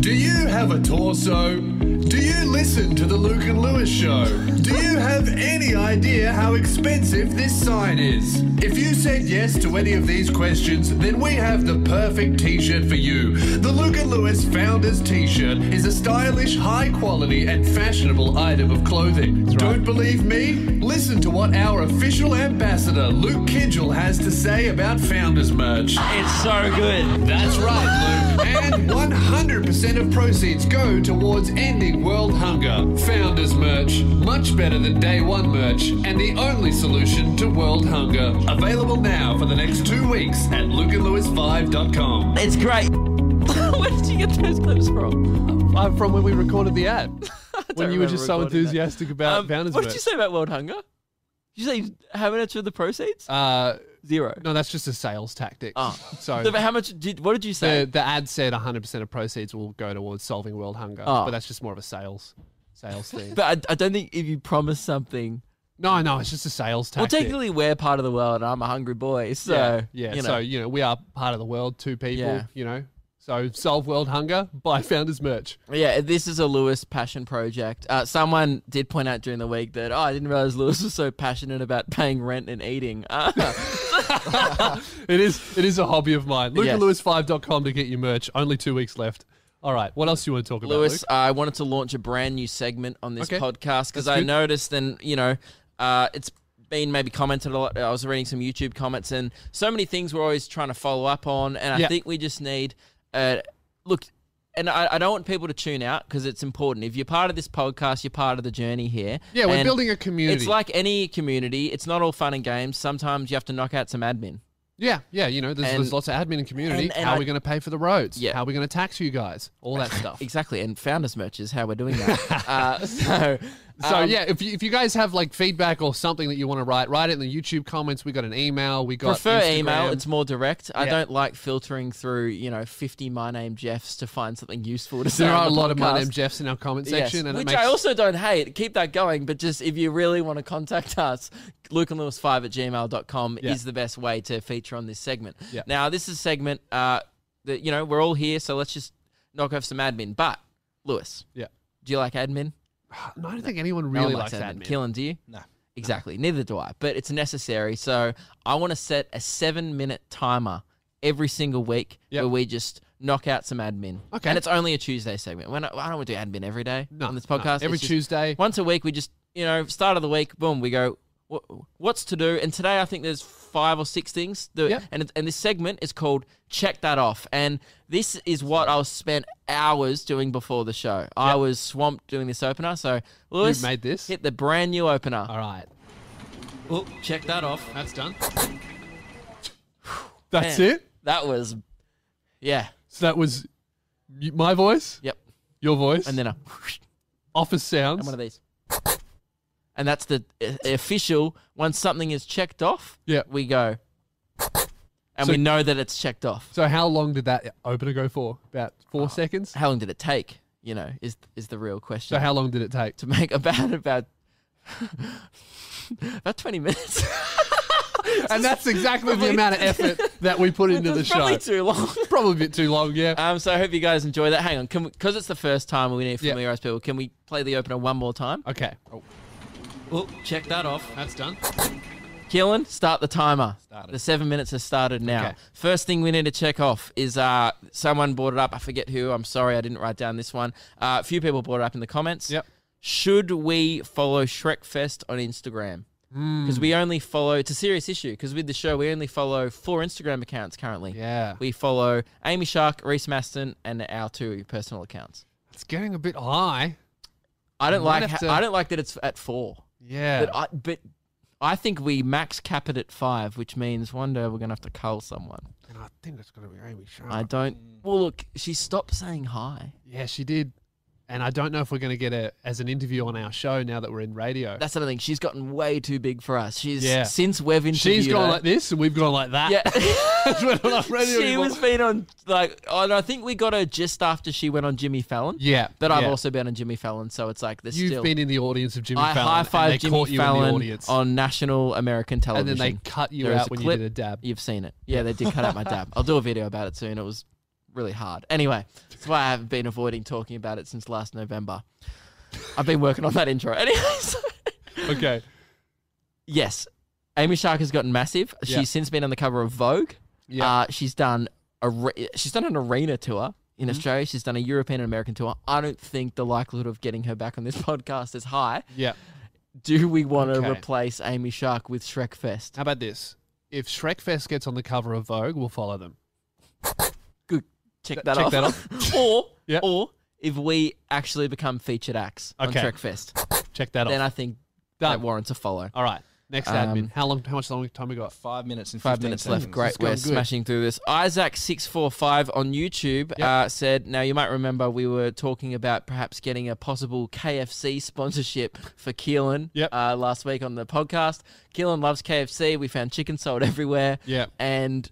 Do you have a torso? Do you listen to the Luke and Lewis show? Do you have any idea how expensive this sign is? If you said yes to any of these questions, then we have the perfect t shirt for you. The Luke and Lewis Founders t shirt is a stylish, high quality, and fashionable item of clothing. Don't believe me? Listen to what our official ambassador, Luke Kidgel, has to say about Founders merch. It's so good. That's right, Luke. And 100% of proceeds go towards ending world hunger. Founders merch, much better than day one merch, and the only solution to world hunger. Available now for the next two weeks at lukeandlewis5.com. It's great. Where did you get those clips from? Uh, from when we recorded the ad. when you were remember just so recording that. enthusiastic about Um, Uh, Founders what merch. did you say about world hunger? Did you say how much of the proceeds? Uh, Zero. no, that's just a sales tactic. Ah. So No, but how much did? What did you say? the, the ad said 100% of proceeds will go towards solving world hunger, Ah. but that's just more of a sales sales thing. but I, I don't think if you promise something, no, no, it's just a sales well, tactic. technically we're part of the world, and I'm a hungry boy, so yeah, yeah. you know. so you know we are part of the world, two people, Yeah. you know. So solve world hunger, buy Founders merch. Yeah, this is a Lewis passion project. Uh, someone did point out during the week that oh, I didn't realize Lewis was so passionate about paying rent and eating. Uh, It is it is a hobby of mine. Yes. LucaLewis5.com to get your merch. Only two weeks left. All right, what else do you want to talk about, Luke? Lewis, I wanted to launch a brand new segment on this Okay. podcast because That's I good. noticed, and you know, uh, it's been maybe commented a lot. I was reading some YouTube comments, and so many things we're always trying to follow up on, and I Yeah. think we just need, uh, look, and I, I don't want people to tune out because it's important. If you're part of this podcast, you're part of the journey here. Yeah, we're And building a community. It's like any community. It's not all fun and games. Sometimes you have to knock out some admin. Yeah, yeah, you know, there's, there's And- lots of admin and community. and- and how I- are we going to pay for the roads? Yeah. How are we going to tax you guys? All that stuff. Exactly. And founders merch is how we're doing that. uh, so, So um, yeah, if you, if you guys have like feedback or something that you want to write, write it in the YouTube comments. We got an email. We got prefer Instagram. email. It's more direct. I Yeah. don't like filtering through, you know, 50 my name Jeffs to find something useful to say. there on are a the lot of my podcast. name Jeffs in our comment Yes, section, and which it makes I also don't hate. Keep that going, but just if you really want to contact us, Luke and Lewis 5 at gmail.com Yeah. is the best way to feature on this segment. Yeah. Now, this is a segment uh, that, you know, we're all here, so let's just knock off some admin. But, Lewis, yeah. do you like admin? No, I don't think anyone No really one likes admin. Killen, do you? No. Exactly. Neither do I. But it's necessary. So I want to set a seven minute timer every single week Yep. where we just knock out some admin. Okay. And it's only a Tuesday segment. We're not, I don't want to do admin every day No, on this no. podcast. Every It's just Tuesday. Once a week, we just, you know, start of the week, boom, we go, "Wha- what's to do? And today I think there's five or six things. That, Yep. and, it- and this segment is called Check That Off. And this is what I spent hours doing before the show. I was swamped doing this opener. So, Lewis, made this? hit the brand new opener. All right, Oh, check that off. that's done. That's Man, it. That was, yeah, So that was y- my voice, yep. your voice, And then a, office sounds. and one of these. And that's the uh, official. Once something is checked off, Yeah. we go, and So- we know that it's checked off. so how long did that opener go for? About four seconds. How long did it take? You know, is is the real question. So how long did it take? to make about about about twenty minutes? and that's exactly the probably- amount of effort that we put into the It's show. probably too long. Probably a bit too long, yeah. Um, so I hope you guys enjoy that. Hang on, because it's the first time we need to Yeah. familiarize people. Can we play the opener one more time? okay, Oh, check that off. that's done. Killen, start the timer. Started. The seven minutes has started now. Okay. First thing we need to check off is uh, someone brought it up. I forget who. I'm sorry, I didn't write down this one. Uh, a few people brought it up in the comments. Yep. Should we follow Shrekfest on Instagram? Hmm. Because we only follow, it's a serious issue because with the show, we only follow four Instagram accounts currently. Yeah. We follow Amy Shark, Reese Maston, and our two personal accounts. It's getting a bit high. I don't might like have ha- to- I don't like that it's at four. Yeah. But I, but I think we max cap it at five, which means one day we're gonna have to cull someone. and I think that's going to be Amy Sharp. I don't. Well, look, she stopped saying hi. yeah, she did. And I don't know if we're going to get her as an interview on our show now that we're in radio. That's another thing. She's gotten way too big for us. She's Yeah. since we've interviewed. She's gone her- like this, and we've gone like that. yeah. That's when I'm not radio she anymore. was been on like, oh, and I think we got her just after she went on Jimmy Fallon. Yeah, But I've yeah. also been on Jimmy Fallon, so it's like this. You've still, been in the audience of Jimmy I Fallon. high and they five Jimmy caught you in the Fallon audience. on national American and television. then they cut you There is out a when clip. you did a dab. You've seen it. Yeah, they did cut out my dab. I'll do a video about it soon. It was really hard. Anyway, that's why I haven't been avoiding talking about it since last November. I've been working on that intro. Anyway, so- Okay. yes, Amy Shark has gotten massive. She's Yeah. since been on the cover of Vogue. Yeah. Uh, she's done a re- she's done an arena tour in Mm-hmm. Australia. She's done a European and American tour. I don't think the likelihood of getting her back on this podcast is high. Yeah. Do we want to Okay. replace Amy Shark with Shrek Fest? How about this? If Shrekfest gets on the cover of Vogue, we'll follow them. Good. Check that check off. that off. or Yeah. or if we actually become featured acts Okay. on Trekfest, Check that then Um, off. I think Done. that warrants a follow. All right. Next admin. How long? How much long time we got? Five minutes and Five 15 minutes left. seconds. Great. It's We're going good. smashing through this. Isaac six four five on YouTube uh, said, "Now you might remember we were talking about perhaps getting a possible KFC sponsorship for Keelan Yep. uh, last week on the podcast. Keelan loves KFC. We found chicken sold everywhere. Yep. and."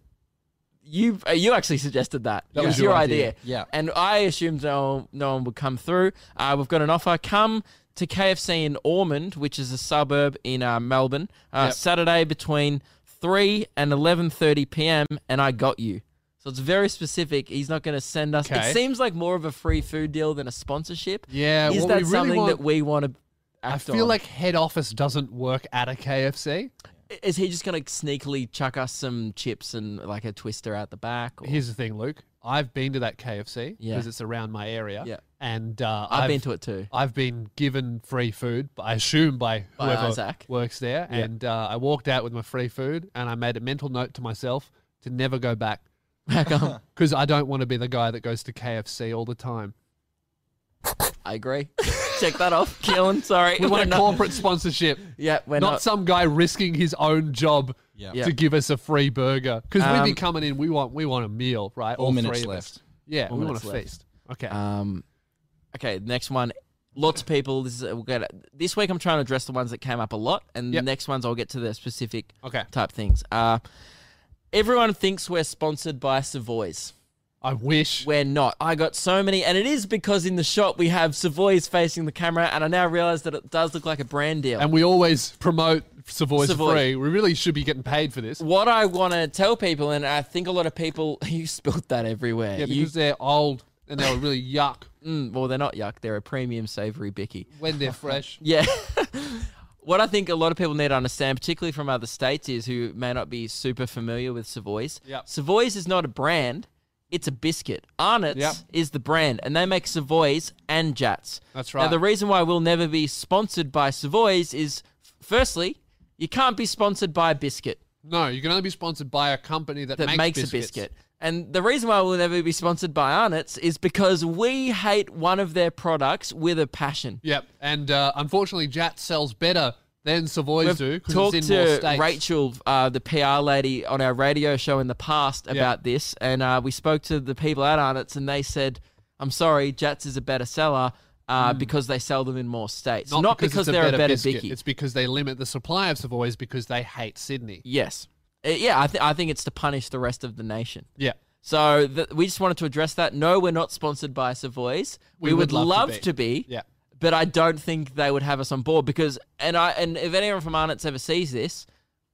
You uh, you actually suggested that. That it was was your your idea. idea. Yeah. And I assumed no one, no one would come through. Uh, we've got an offer. Come to KFC in Ormond, which is a suburb in uh, Melbourne, uh, Yep. Saturday between 3 and 11.30 p.m. and I got you. So it's very specific. He's not going to send us. Okay. It seems like more of a free food deal than a sponsorship. Yeah, Is what that we really something want- that we want to I act feel on? like head office doesn't work at a KFC. Is he just going to sneakily chuck us some chips and like a twister out the back? Or... Here's the thing, Luke. I've been to that KFC because Yeah. it's around my area. Yeah. And uh, I've been to it too. I've been given free food, I assume by By whoever Isaac. works there. And uh, I walked out with my free food, and I made a mental note to myself to never go back. How come? because I don't want to be the guy that goes to KFC all the time. I agree. Check that off. Keelan, sorry. We We're want a not- corporate sponsorship, Yeah, we're not, not. some guy risking his own job Yeah. Yeah. to give us a free burger. Because Um, we'd be coming in, we want we want a meal, right? Four all minutes three of us. left. Yeah, we want minutes a left. feast. Okay. Um, okay, next one. Lots of people. This is, uh, we'll get this week. I'm trying to address the ones that came up a lot, and Yep. the next ones I'll get to the specific Okay. type things. Uh, everyone thinks we're sponsored by Savoy's. I wish. We're not. I got so many, and it is because in the shop we have Savoy's facing the camera, and I now realize that it does look like a brand deal. And we always promote Savoy's Savoy. free. We really should be getting paid for this. what I want to tell people, and I think a lot of people, you spilled that everywhere. Yeah, You- because they're old and they were really yuck mm, well, they're not yuck. They're a premium savory bicky. when they're fresh. Yeah. what I think a lot of people need to understand, particularly from other states, is who may not be super familiar with Savoy's. Yep. Savoy's is not a brand. It's a biscuit. Arnott's Yep. is the brand, and they make Savoy's and Jats. That's Now, right. the reason why we'll never be sponsored by Savoy's is, f- firstly, you can't be sponsored by a biscuit No, you can only be sponsored by a company that, that makes, a biscuits. biscuit. And the reason why we'll never be sponsored by Arnott's is because we hate one of their products with a passion. Yep. And uh, unfortunately, Jat sells better than Savoy's We've do because talked it's in more to states. Rachel, uh, the PR lady, on our radio show in the past about this, and uh, we spoke to the people at Arnott's, and they said, "I'm sorry, Jats is a better seller uh, because they sell them in more states, not, because, Mm. it's they're a better biscuit. bicky." It's because they limit the supply of Savoy's because they hate Sydney. Yes, Uh, yeah, I, th- I think it's to punish the rest of the nation. Yeah. So th- we just wanted to address that. No, we're not sponsored by Savoy's. We, would, love, to, be. Yeah. but I don't think they would have us on board because, and I, and if anyone from Arnott's ever sees this,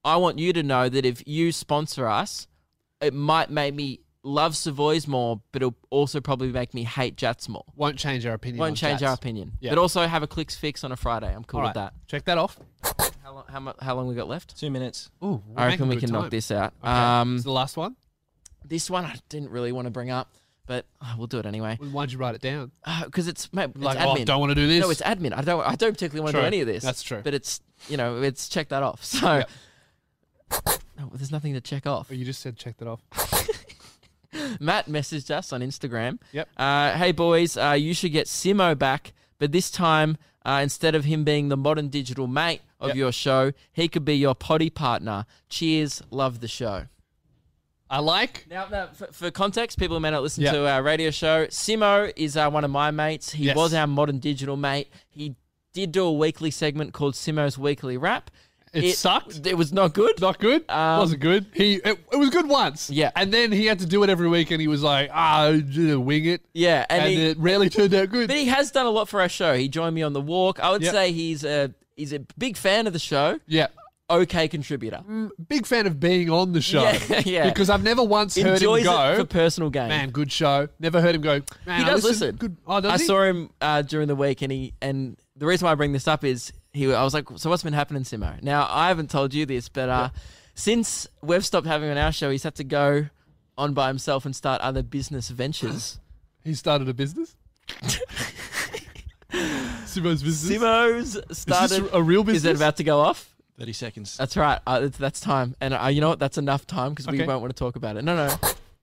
I want you to know that if you sponsor us, it might make me love Savoy's more, but it'll also probably make me hate Jats more. Won't change our opinion. on Won't change our Jats. opinion, Yeah. but also have a clicks fix on a Friday. I'm cool All with right. that. Check that off. How long, how, mu- how long we got left? Two minutes. Ooh, I reckon we can knock this out. Um, the last one. this one I didn't really want to bring up, but uh, we'll do it anyway Why'd you write it down? because Uh, it's, mate, it's Like, admin. oh, don't want to do this. No, it's admin. I don't. I don't particularly want True. to do any of this. That's true. But it's you know it's check that off. So no, there's nothing to check off. Oh, you just said check that off. Matt messaged us on Instagram. Yep. Uh, hey boys, uh, you should get Simo back, but this time uh, instead of him being the modern digital mate of Yep. your show, he could be your potty partner. Cheers. Love the show. I like. Now, now for, for context, people who may not listen Yeah. to our radio show, Simo is uh, one of my mates. He Yes. was our modern digital mate. He did do a weekly segment called Simo's Weekly Wrap. It sucked? It was not good. Not good. Um, Wasn't good. He it, it was good once. Yeah. And then he had to do it every week, and he was like, ah, oh, wing it. yeah, and, And, he, it rarely turned out good. but he has done a lot for our show. He joined me on the walk. I would Yep. say he's a he's a big fan of the show. yeah. Okay, contributor. Big fan of being on the show. Yeah, yeah. Because I've never once heard Enjoys him go. it for personal gain. Man, good show. Never heard him go. Man, he I does listened- listen. Good. Oh, does I he? saw him uh, during the week, and he and the reason why I bring this up is he. I was like, so what's been happening, Simo? Now I haven't told you this, but uh, since we've stopped having him on our show, he's had to go on by himself and start other business ventures. He started a business. Simo's business. Simo's started a real Is it business? about to go off? 30 seconds. That's right. Uh, it's, that's time, and uh, you know what? That's enough time because we Okay. won't want to talk about it. No, no,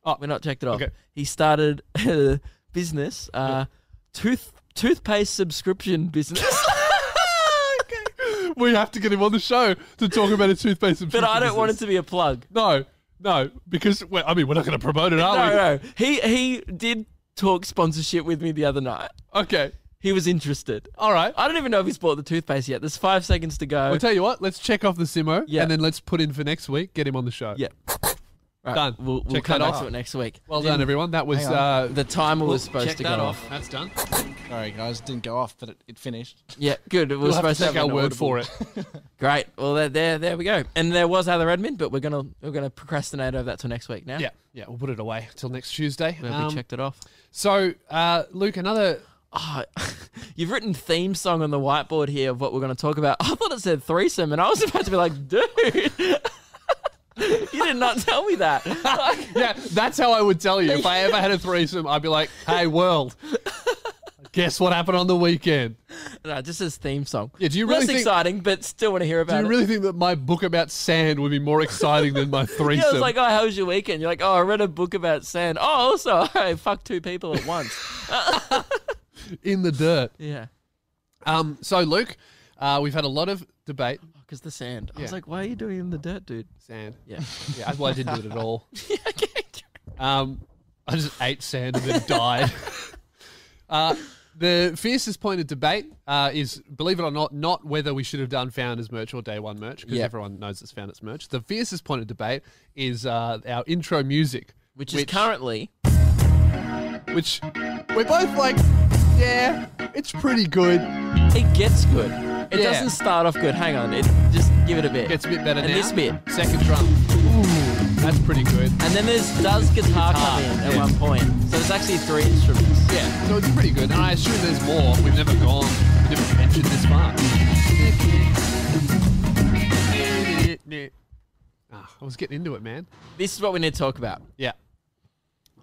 Oh, we're not checked it off. okay. He started a business, uh, tooth toothpaste subscription business. we have to get him on the show to talk about his toothpaste. But I don't want it to be a plug. No, no, because well, I mean we're not going to promote it, No, are Oh, we? no. He he did talk sponsorship with me the other night. Okay, He was interested. all right. I don't even know if he's bought the toothpaste yet. There's five seconds to go. I'll tell you what. Let's check off the Simo, Yeah. and then let's put in for next week. Get him on the show. yeah. Right, Done. We'll, we'll Check come that back off. to it next week. Well done, everyone. That was Hang on. uh, The timer was supposed check to that go off. off. That's done. Sorry, guys. Didn't go off, but it, it finished. Yeah, good. We're We'll have to supposed take have our an word audible. for it. Great. Well, there, there, there we go. And there was other admin, but we're gonna we're gonna procrastinate over that till next week. Now, yeah, yeah. We'll put it away till next Tuesday. Well, we Um, checked it off. so, uh, Luke, another Oh, you've written theme song on the whiteboard here of what we're going to talk about. I thought it said threesome, and I was about to be like, dude, you did not tell me that. Like, Yeah, that's how I would tell you. If I ever had a threesome, I'd be like, hey, world, Guess what happened on the weekend? No, just his theme song. Yeah, do you Less really think- exciting, but still want to hear Do about you it. really think that my book about sand would be more exciting than my threesome? yeah, I was like, oh, how was your weekend? You're like, oh, I read a book about sand. Oh, also, all right, fuck two people at once. in the dirt. yeah, Um, so Luke, uh, we've had a lot of debate. because Oh, the sand. I was Yeah. like, why are you doing it in the dirt, dude? Sand. Yeah. Yeah, well, I didn't do it at all. okay. Um, I just ate sand and then died. uh, the fiercest point of debate uh, is, believe it or not, not whether we should have done Founders merch or Day One merch, because Yep. everyone knows it's Founders merch. The fiercest point of debate is uh, our intro music, Which, is currently which we're both like, yeah, it's pretty good. it gets good. It Yeah. doesn't start off good. Hang on, it just give it a bit. Gets a bit better and now. this bit, Second drum. Ooh, that's pretty good. and then there's does guitar come in at yeah. one point. So there's actually three instruments. Yeah, so it's pretty good. And I assume there's more. We've never gone, we've never mentioned this far. Ah, I was getting into it, man. This is what we need to talk about. Yeah.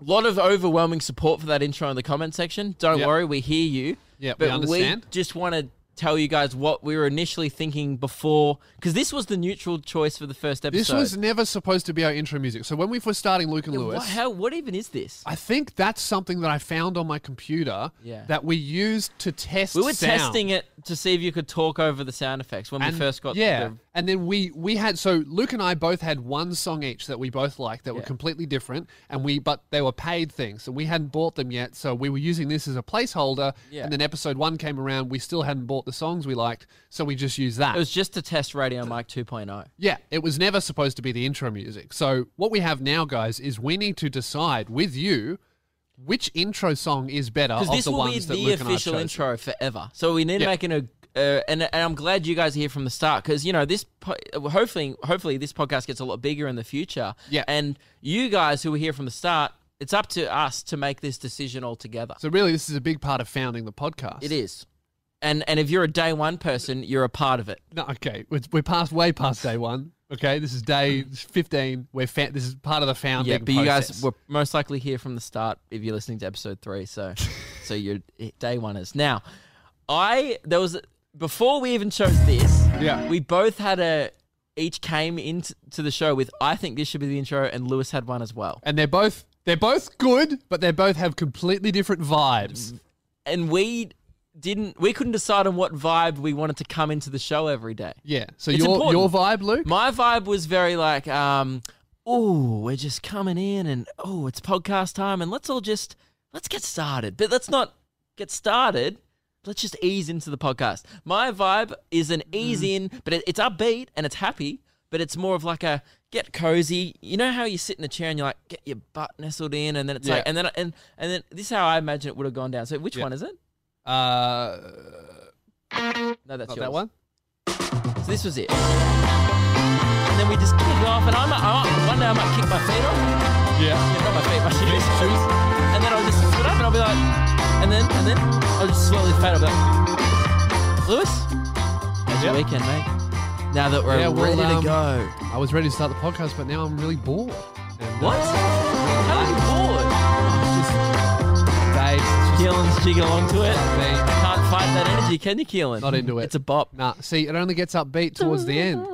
lot of overwhelming support for that intro in the comment section. Don't Yep. worry, we hear you. Yeah, we but understand. just want to tell you guys what we were initially thinking before, because this was the neutral choice for the first episode. This was never supposed to be our intro music. So when we were starting Luke and Lewis, What, how, what even is this? I think that's something that I found on my computer Yeah. that we used to test We were sound. testing it to see if you could talk over the sound effects when we first got yeah the- and then we we had so luke and i both had one song each that we both liked that were Yeah. completely different and we but they were paid things and we hadn't bought them yet so we were using this as a placeholder Yeah. and then episode one came around we still hadn't bought the songs we liked so we just used that It was just to test Radio Mic oh. 2.0. yeah it was never supposed to be the intro music so what we have now guys is we need to decide with you which intro song is better of Because this the will be ones that the luke and i have official chosen. intro forever. So we need Yeah. to make an. ag- Uh, and, and I'm glad you guys are here from the start because you know this. Po- hopefully, hopefully this podcast gets a lot bigger in the future. Yeah. And you guys who were here from the start, it's up to us to make this decision altogether. so really this is a big part of founding the podcast it is. And and if you're a day one person, you're a part of it. No, okay, we're, we're past way past day one. Okay, this is day fifteen. We're fa- this is part of the founding. yeah. But you guys process. were most likely here from the start if you're listening to episode three. So so you're eh, day one is now. I there was before we even chose this. yeah, we both had a each came into to the show with I think this should be the intro, and Lewis had one as well. and they're both they're both good, but they both have completely different vibes. And we didn't we couldn't decide on what vibe we wanted to come into the show every day. Yeah, so It's your important. your vibe, Luke. My vibe was very like, um, oh, we're just coming in and oh, it's podcast time and let's all just let's get started. But let's not get started. Let's just ease into the podcast. My vibe is an Mm. ease in, but it, it's upbeat and it's happy, but it's more of like a get cozy. You know how you sit in a chair and you're like get your butt nestled in, and then it's Yeah. like, and then and and then this is how I imagine it would have gone down. So which one is it? uh, No, that's not yours. that one. So this was it. And then we just kick off, and I'm, I'm one day I might kick my feet off. Yeah, Yeah, not my feet, my shoes. And then I'll just sit up and I'll be like, and then, and then I'll just slowly fade. I'll be like, Lewis, how's your Yeah. weekend, mate? Now that we're Yeah, well, ready um, to go. I was ready to start the podcast, but now I'm really bored. And, What? How are you bored? uh, Dave's just Keelan's jigging along to it. me. Can't fight that energy, can you, Keelan? Not into it. It's a bop. Nah, see, it only gets upbeat towards the end.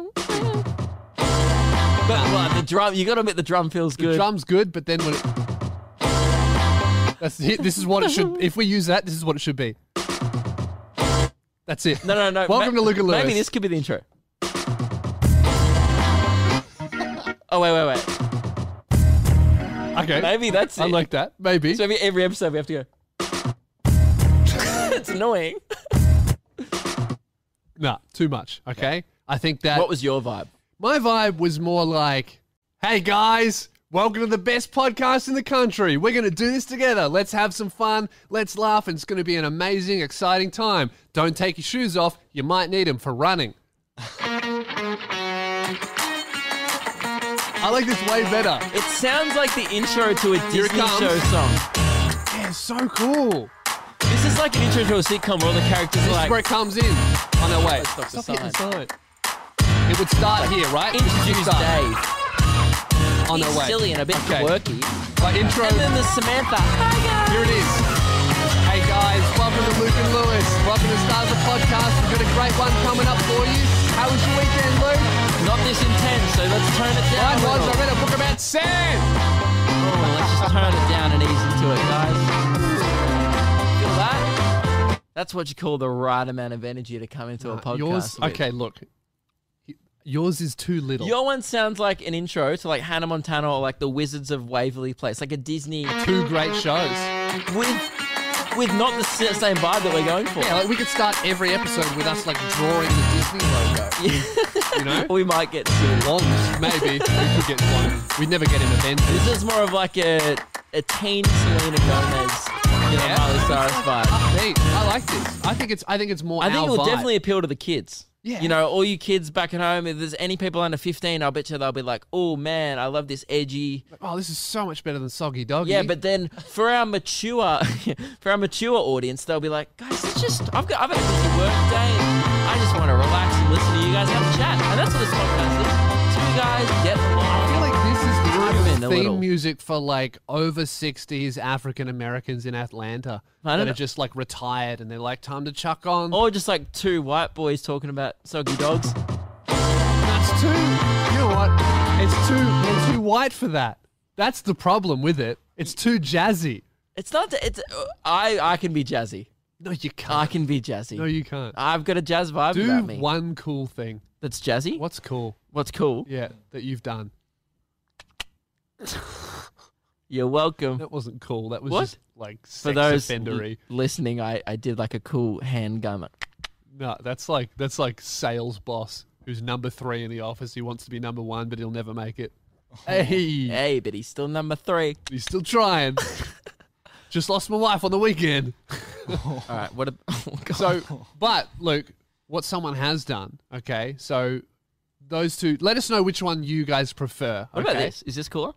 But well, the drum, you gotta admit the drum feels The good. drum's good, but then when it... that's it. This is what it should. If we use that, this is what it should be. That's it. no, no, no. Welcome ma- to Luke and Lewis. Maybe this could be the intro. Oh, wait, wait, wait. Okay. Maybe that's it. I like that. Maybe. So every, every episode we have to go. it's annoying. nah, too much. Okay. I think that What was your vibe? my vibe was more like, "Hey guys, welcome to the best podcast in the country. We're gonna do this together. Let's have some fun. Let's laugh, and it's gonna be an amazing, exciting time. Don't take your shoes off. You might need them for running." I like this way better. It sounds like the intro to a Here it Disney comes. show song. Yeah, so cool. This is like an intro to a sitcom where all the characters This are is where it like comes in. On our way. Stop the hitting sign. sign. It would start here, right? introduce Start. Dave. On He's our way. silly and a bit Okay. quirky. My intro. And then the Samantha. Hi Here it is. Hey guys, guys. Welcome to Luke and Lewis. Welcome to Stars of Podcast. We've got a great one coming up for you. How was your weekend, Luke? Not this intense, so let's tone it down. Mine a was. I little. read a book about sand. Oh, let's just turn it down and ease into it, guys. Feel that? That's what you call the right amount of energy to come into a podcast. Yours? with. Okay, look. Yours is too little. Your one sounds like an intro to like Hannah Montana or like the Wizards of Waverly Place, like a Disney Two great shows. with with not the s- same vibe that we're going for. Yeah, like we could start every episode with us like drawing the Disney logo. You know? we might get sued. Blondes, maybe. We could get one. We'd never get an event. This is more of like a a teen Selena Gomez, you know, Yeah. Miley Cyrus vibe. Hey, I like this. I think it's I think it's more I think our it will vibe. definitely appeal to the kids. Yeah. You know, all you kids back at home, if there's any people under 15, I'll bet you they'll be like, oh man, I love this edgy. Oh, this is so much better than Soggy Doggy. Yeah, but then for our mature, for our mature audience, they'll be like, guys, it's just I've got I've had a busy work day. I just want to relax and listen to you guys have a chat, and that's what this podcast is. Two guys get I feel along. like this is the Zoom kind in a of little. theme music for like over sixties African Americans in Atlanta. I don't that know. are just like retired and they're like time to chuck on. Or just like two white boys talking about soggy dogs. That's too. You know what? It's too. We're too white for that. That's the problem with it. It's too jazzy. It's not. It's uh, I. I can be jazzy. No, you can't. I can be jazzy. No, you can't. I've got a jazz vibe Do about me. one cool thing. That's jazzy. What's cool? What's cool? Yeah, that you've done. You're welcome. That wasn't cool. That was What? just like For sex those l- offendery. listening, I, I did like a cool handgun. Like, No, that's like that's like sales boss who's number three in the office. He wants to be number one, but he'll never make it. Hey, hey, but he's still number three. he's still trying. just lost my wife on the weekend. All right. What? A, oh, God. So, but Luke, what someone has done, okay? So those two, let us know which one you guys prefer. What about okay? this? Is this cooler?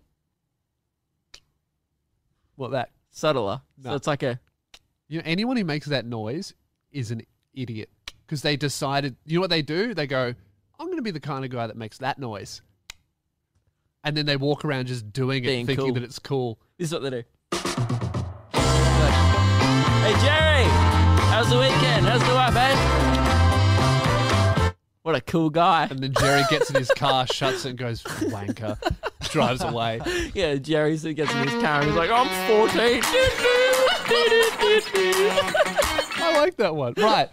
What that? Subtler. So No. it's like a. You know, anyone who makes that noise is an idiot because they decided. You know what they do? They go, "I'm going to be the kind of guy that makes that noise," and then they walk around just doing it, Being thinking cool. that it's cool. This is what they do. Hey Jerry, how's the weekend? How's the wife, man? What a cool guy. And then Jerry gets in his car, shuts it, and goes wanker, drives away. Yeah, Jerry so he gets in his car and he's like, I'm 14. I like that one. Right.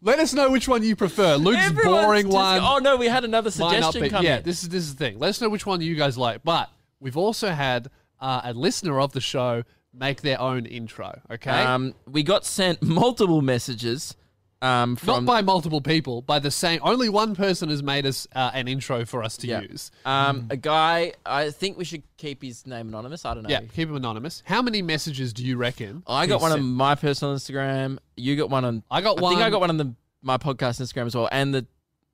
Let us know which one you prefer. Luke's Everyone's boring just- one. Oh no, we had another Line up, suggestion but coming. Yeah, this is this is the thing. Let us know which one you guys like. But we've also had uh, a listener of the show make their own intro. Okay, um, we got sent multiple messages um, not from by multiple people, by the same. Only one person has made us uh, an intro for us to Yeah. use. um, Mm. a guy. I think we should keep his name anonymous. I don't know. Yeah, keep them anonymous. How many messages do you reckon? I got he one on sent? my personal Instagram. You got one on. I got I think I one- got one on the my podcast Instagram as well, and the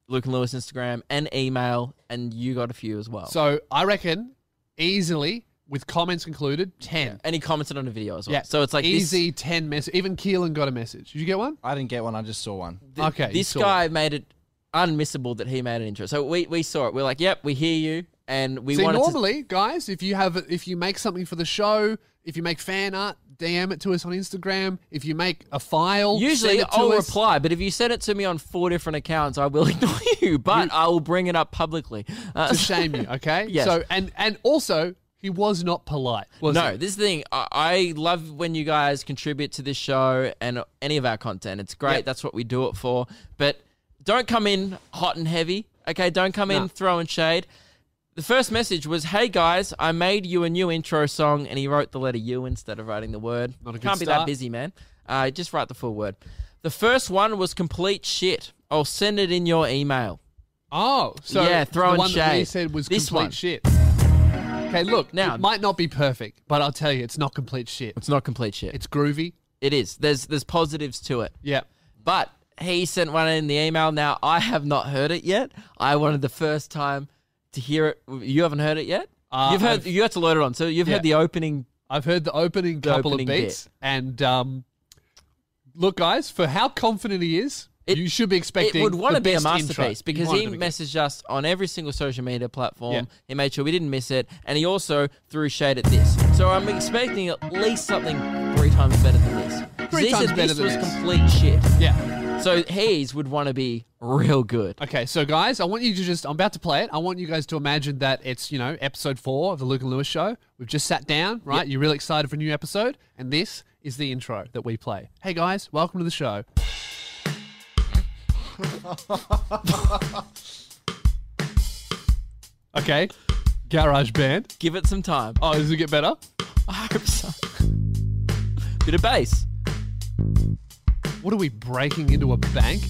Luke and Lewis Instagram, and email, and you got a few as well. So I reckon easily, with comments included, ten. and he commented on a video as well. Yeah, So it's like this- easy ten messages. Even Keelan got a message. Did you get one? I didn't get one. I just saw one. th- okay, you This saw guy made it unmissable that he made an intro. So we, we saw it. We're like, yep, we hear you. And we See, wanted to normally, guys, if you have, if you make something for the show, if you make fan art, DM it to us on Instagram. If you make a file, Usually send it to I'll us. reply, but if you send it to me on four different accounts, I will ignore you, but I will bring it up publicly. Uh, to shame you. Okay, Yes. So and and also, he was not polite. Was no, he? this is the thing. I, I love when you guys contribute to this show and any of our content. It's great. That's what we do it for. But don't come in hot and heavy. Okay, don't come in No. throwing shade. The first message was, "Hey guys, I made you a new intro song," and he wrote the letter "U" instead of writing the word. Not a good Can't be that start. busy, man. Uh, just write the full word. The first one was complete shit. I'll send it in your email. Oh, so Yeah, throwing the one that we shade. said was This complete one. shit. Okay, look, Now- it might not be perfect, but I'll tell you, it's not complete shit. It's not complete shit. It's groovy. it is. There's there's positives to it. Yeah. But he sent one in the email. Now I have not heard it yet. I wanted the first time to hear it. You haven't heard it yet. Uh, you've heard. I've- you had to load it on. So you've Yeah. heard the opening. I've heard the opening couple opening of bit. beats, and um, look, guys, for how confident he is, It- you should be expecting. It would want the to be a best intro. masterpiece You because want it he to be good. messaged us on every single social media platform. Yeah. He made sure we didn't miss it, and he also threw shade at this. So I'm expecting at least something three times better than this. 'Cause Three he said times better this than was this. complete shit. Yeah. So he's would want to be real good. Okay, so guys, I want you to just, I'm about to play it. I want you guys to imagine that it's, you know, episode four of the Luke and Lewis show. We've just sat down, right? You're really excited for a new episode. And this is the intro that we play. Hey guys, welcome to the show. okay, garage band. Give it some time. Oh, does it get better? I hope so. Bit of bass. What are we breaking into a bank?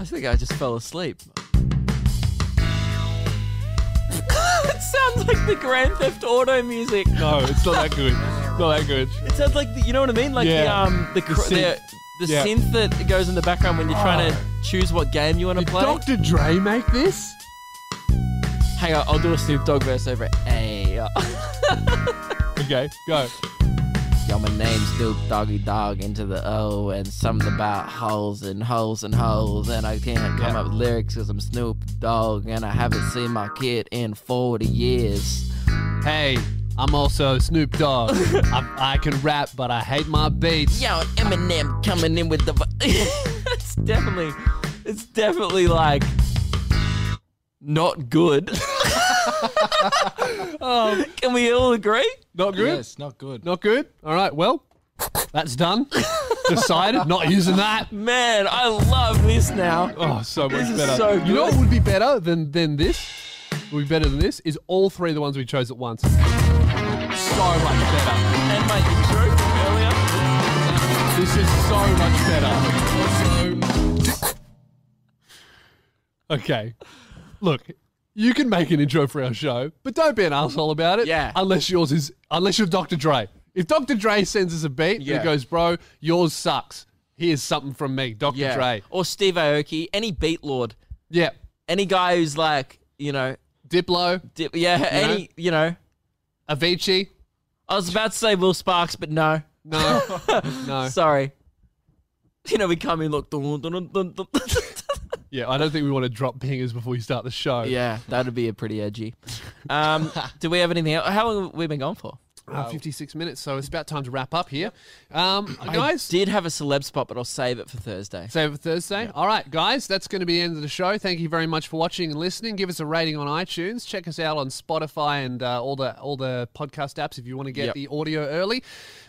I think I just fell asleep. it sounds like the Grand Theft Auto music. No, it's not that good. Not that good. It sounds like the, you know what I mean, like the Yeah. um the cr- the, synth. the Yeah. Ah. synth that goes in the background when you're trying to choose what game you want to play. Dr. Dre make this? Hang on, I'll do a Snoop Dogg verse over it. Hey, uh, Okay, go. yo, my name's Snoop Doggy Dog into the O and something about holes and holes and holes and I can't come Yeah. up with lyrics because I'm Snoop Dogg and I haven't seen my kid in 40 years. Hey, I'm also Snoop Dogg. I, I can rap, but I hate my beats. Yo, Eminem coming in with the. vi- it's definitely, it's definitely like not good. Um, Can we all agree? Not good? Yes, not good. Not good? All right, well, that's done. Decided. Not using that. Man, I love this now. Oh, so much This is better. so You know what good. would be better than, than this? Would be better than this? Is all three of the ones we chose at once. So much better. And my intro from earlier. This is so much better. Okay. Look, you can make an intro for our show, but don't be an asshole about it. Yeah. Unless yours is unless you're Dr. Dre. If Dr. Dre sends us a beat and Yeah. he goes, bro, yours sucks. Here's something from me, Dr. Yeah. Dre. Or Steve Aoki, any beat lord, Yeah. any guy who's like, you know, Diplo, dip, yeah, any, know? you know. Avicii. I was about to say Will Sparks, but no, No. no. sorry. You know, we come in like. Dun, dun, dun, dun, dun, dun. Yeah, I don't think we want to drop pingers before we start the show. Yeah, that'd be a pretty edgy. Um, do we have anything else? How long have we been gone for? Uh, 56 minutes, so it's about time to wrap up here. Um, guys, Did have a celeb spot, but I'll save it for Thursday. Save for Thursday. All right, guys, that's going to be the end of the show. Thank you very much for watching and listening. Give us a rating on iTunes. Check us out on Spotify and uh, all the all the podcast apps if you want to get Yep. the audio early.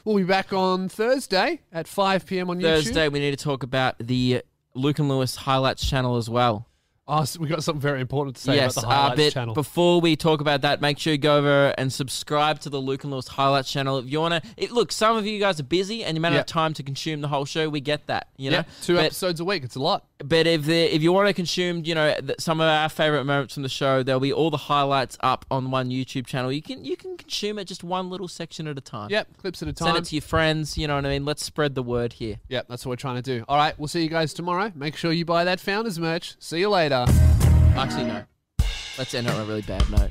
We'll be back on Thursday at 5 p.m. on YouTube. Thursday, we need to talk about the Luke and Lewis highlights channel as well. Oh, so we got something very important to say yes, about the uh, highlights but channel. before we talk about that, make sure you go over and subscribe to the Luke and Lewis highlights channel. If you wanna, it, look, some of you guys are busy and you may not Yep. have time to consume the whole show. We get that, you know. yeah, two But- episodes a week. It's a lot. But if the, if you want to consume, you know, th- some of our favorite moments from the show, there'll be all the highlights up on one YouTube channel. You can you can consume it just one little section at a time. Yep, clips at a Send time. it to your friends. You know what I mean. Let's spread the word here. Yep, that's what we're trying to do. All right, we'll see you guys tomorrow. Make sure you buy that Founders merch. See you later. Actually, no. Let's end on a really bad note.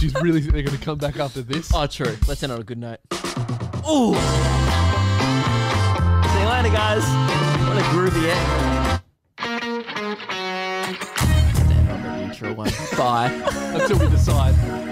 She's really think they're going to come back after this. Oh, true. Let's end on a good note. Ooh. See you later, guys. What a groovy end. Let's end on the neutral one. Bye. until we decide.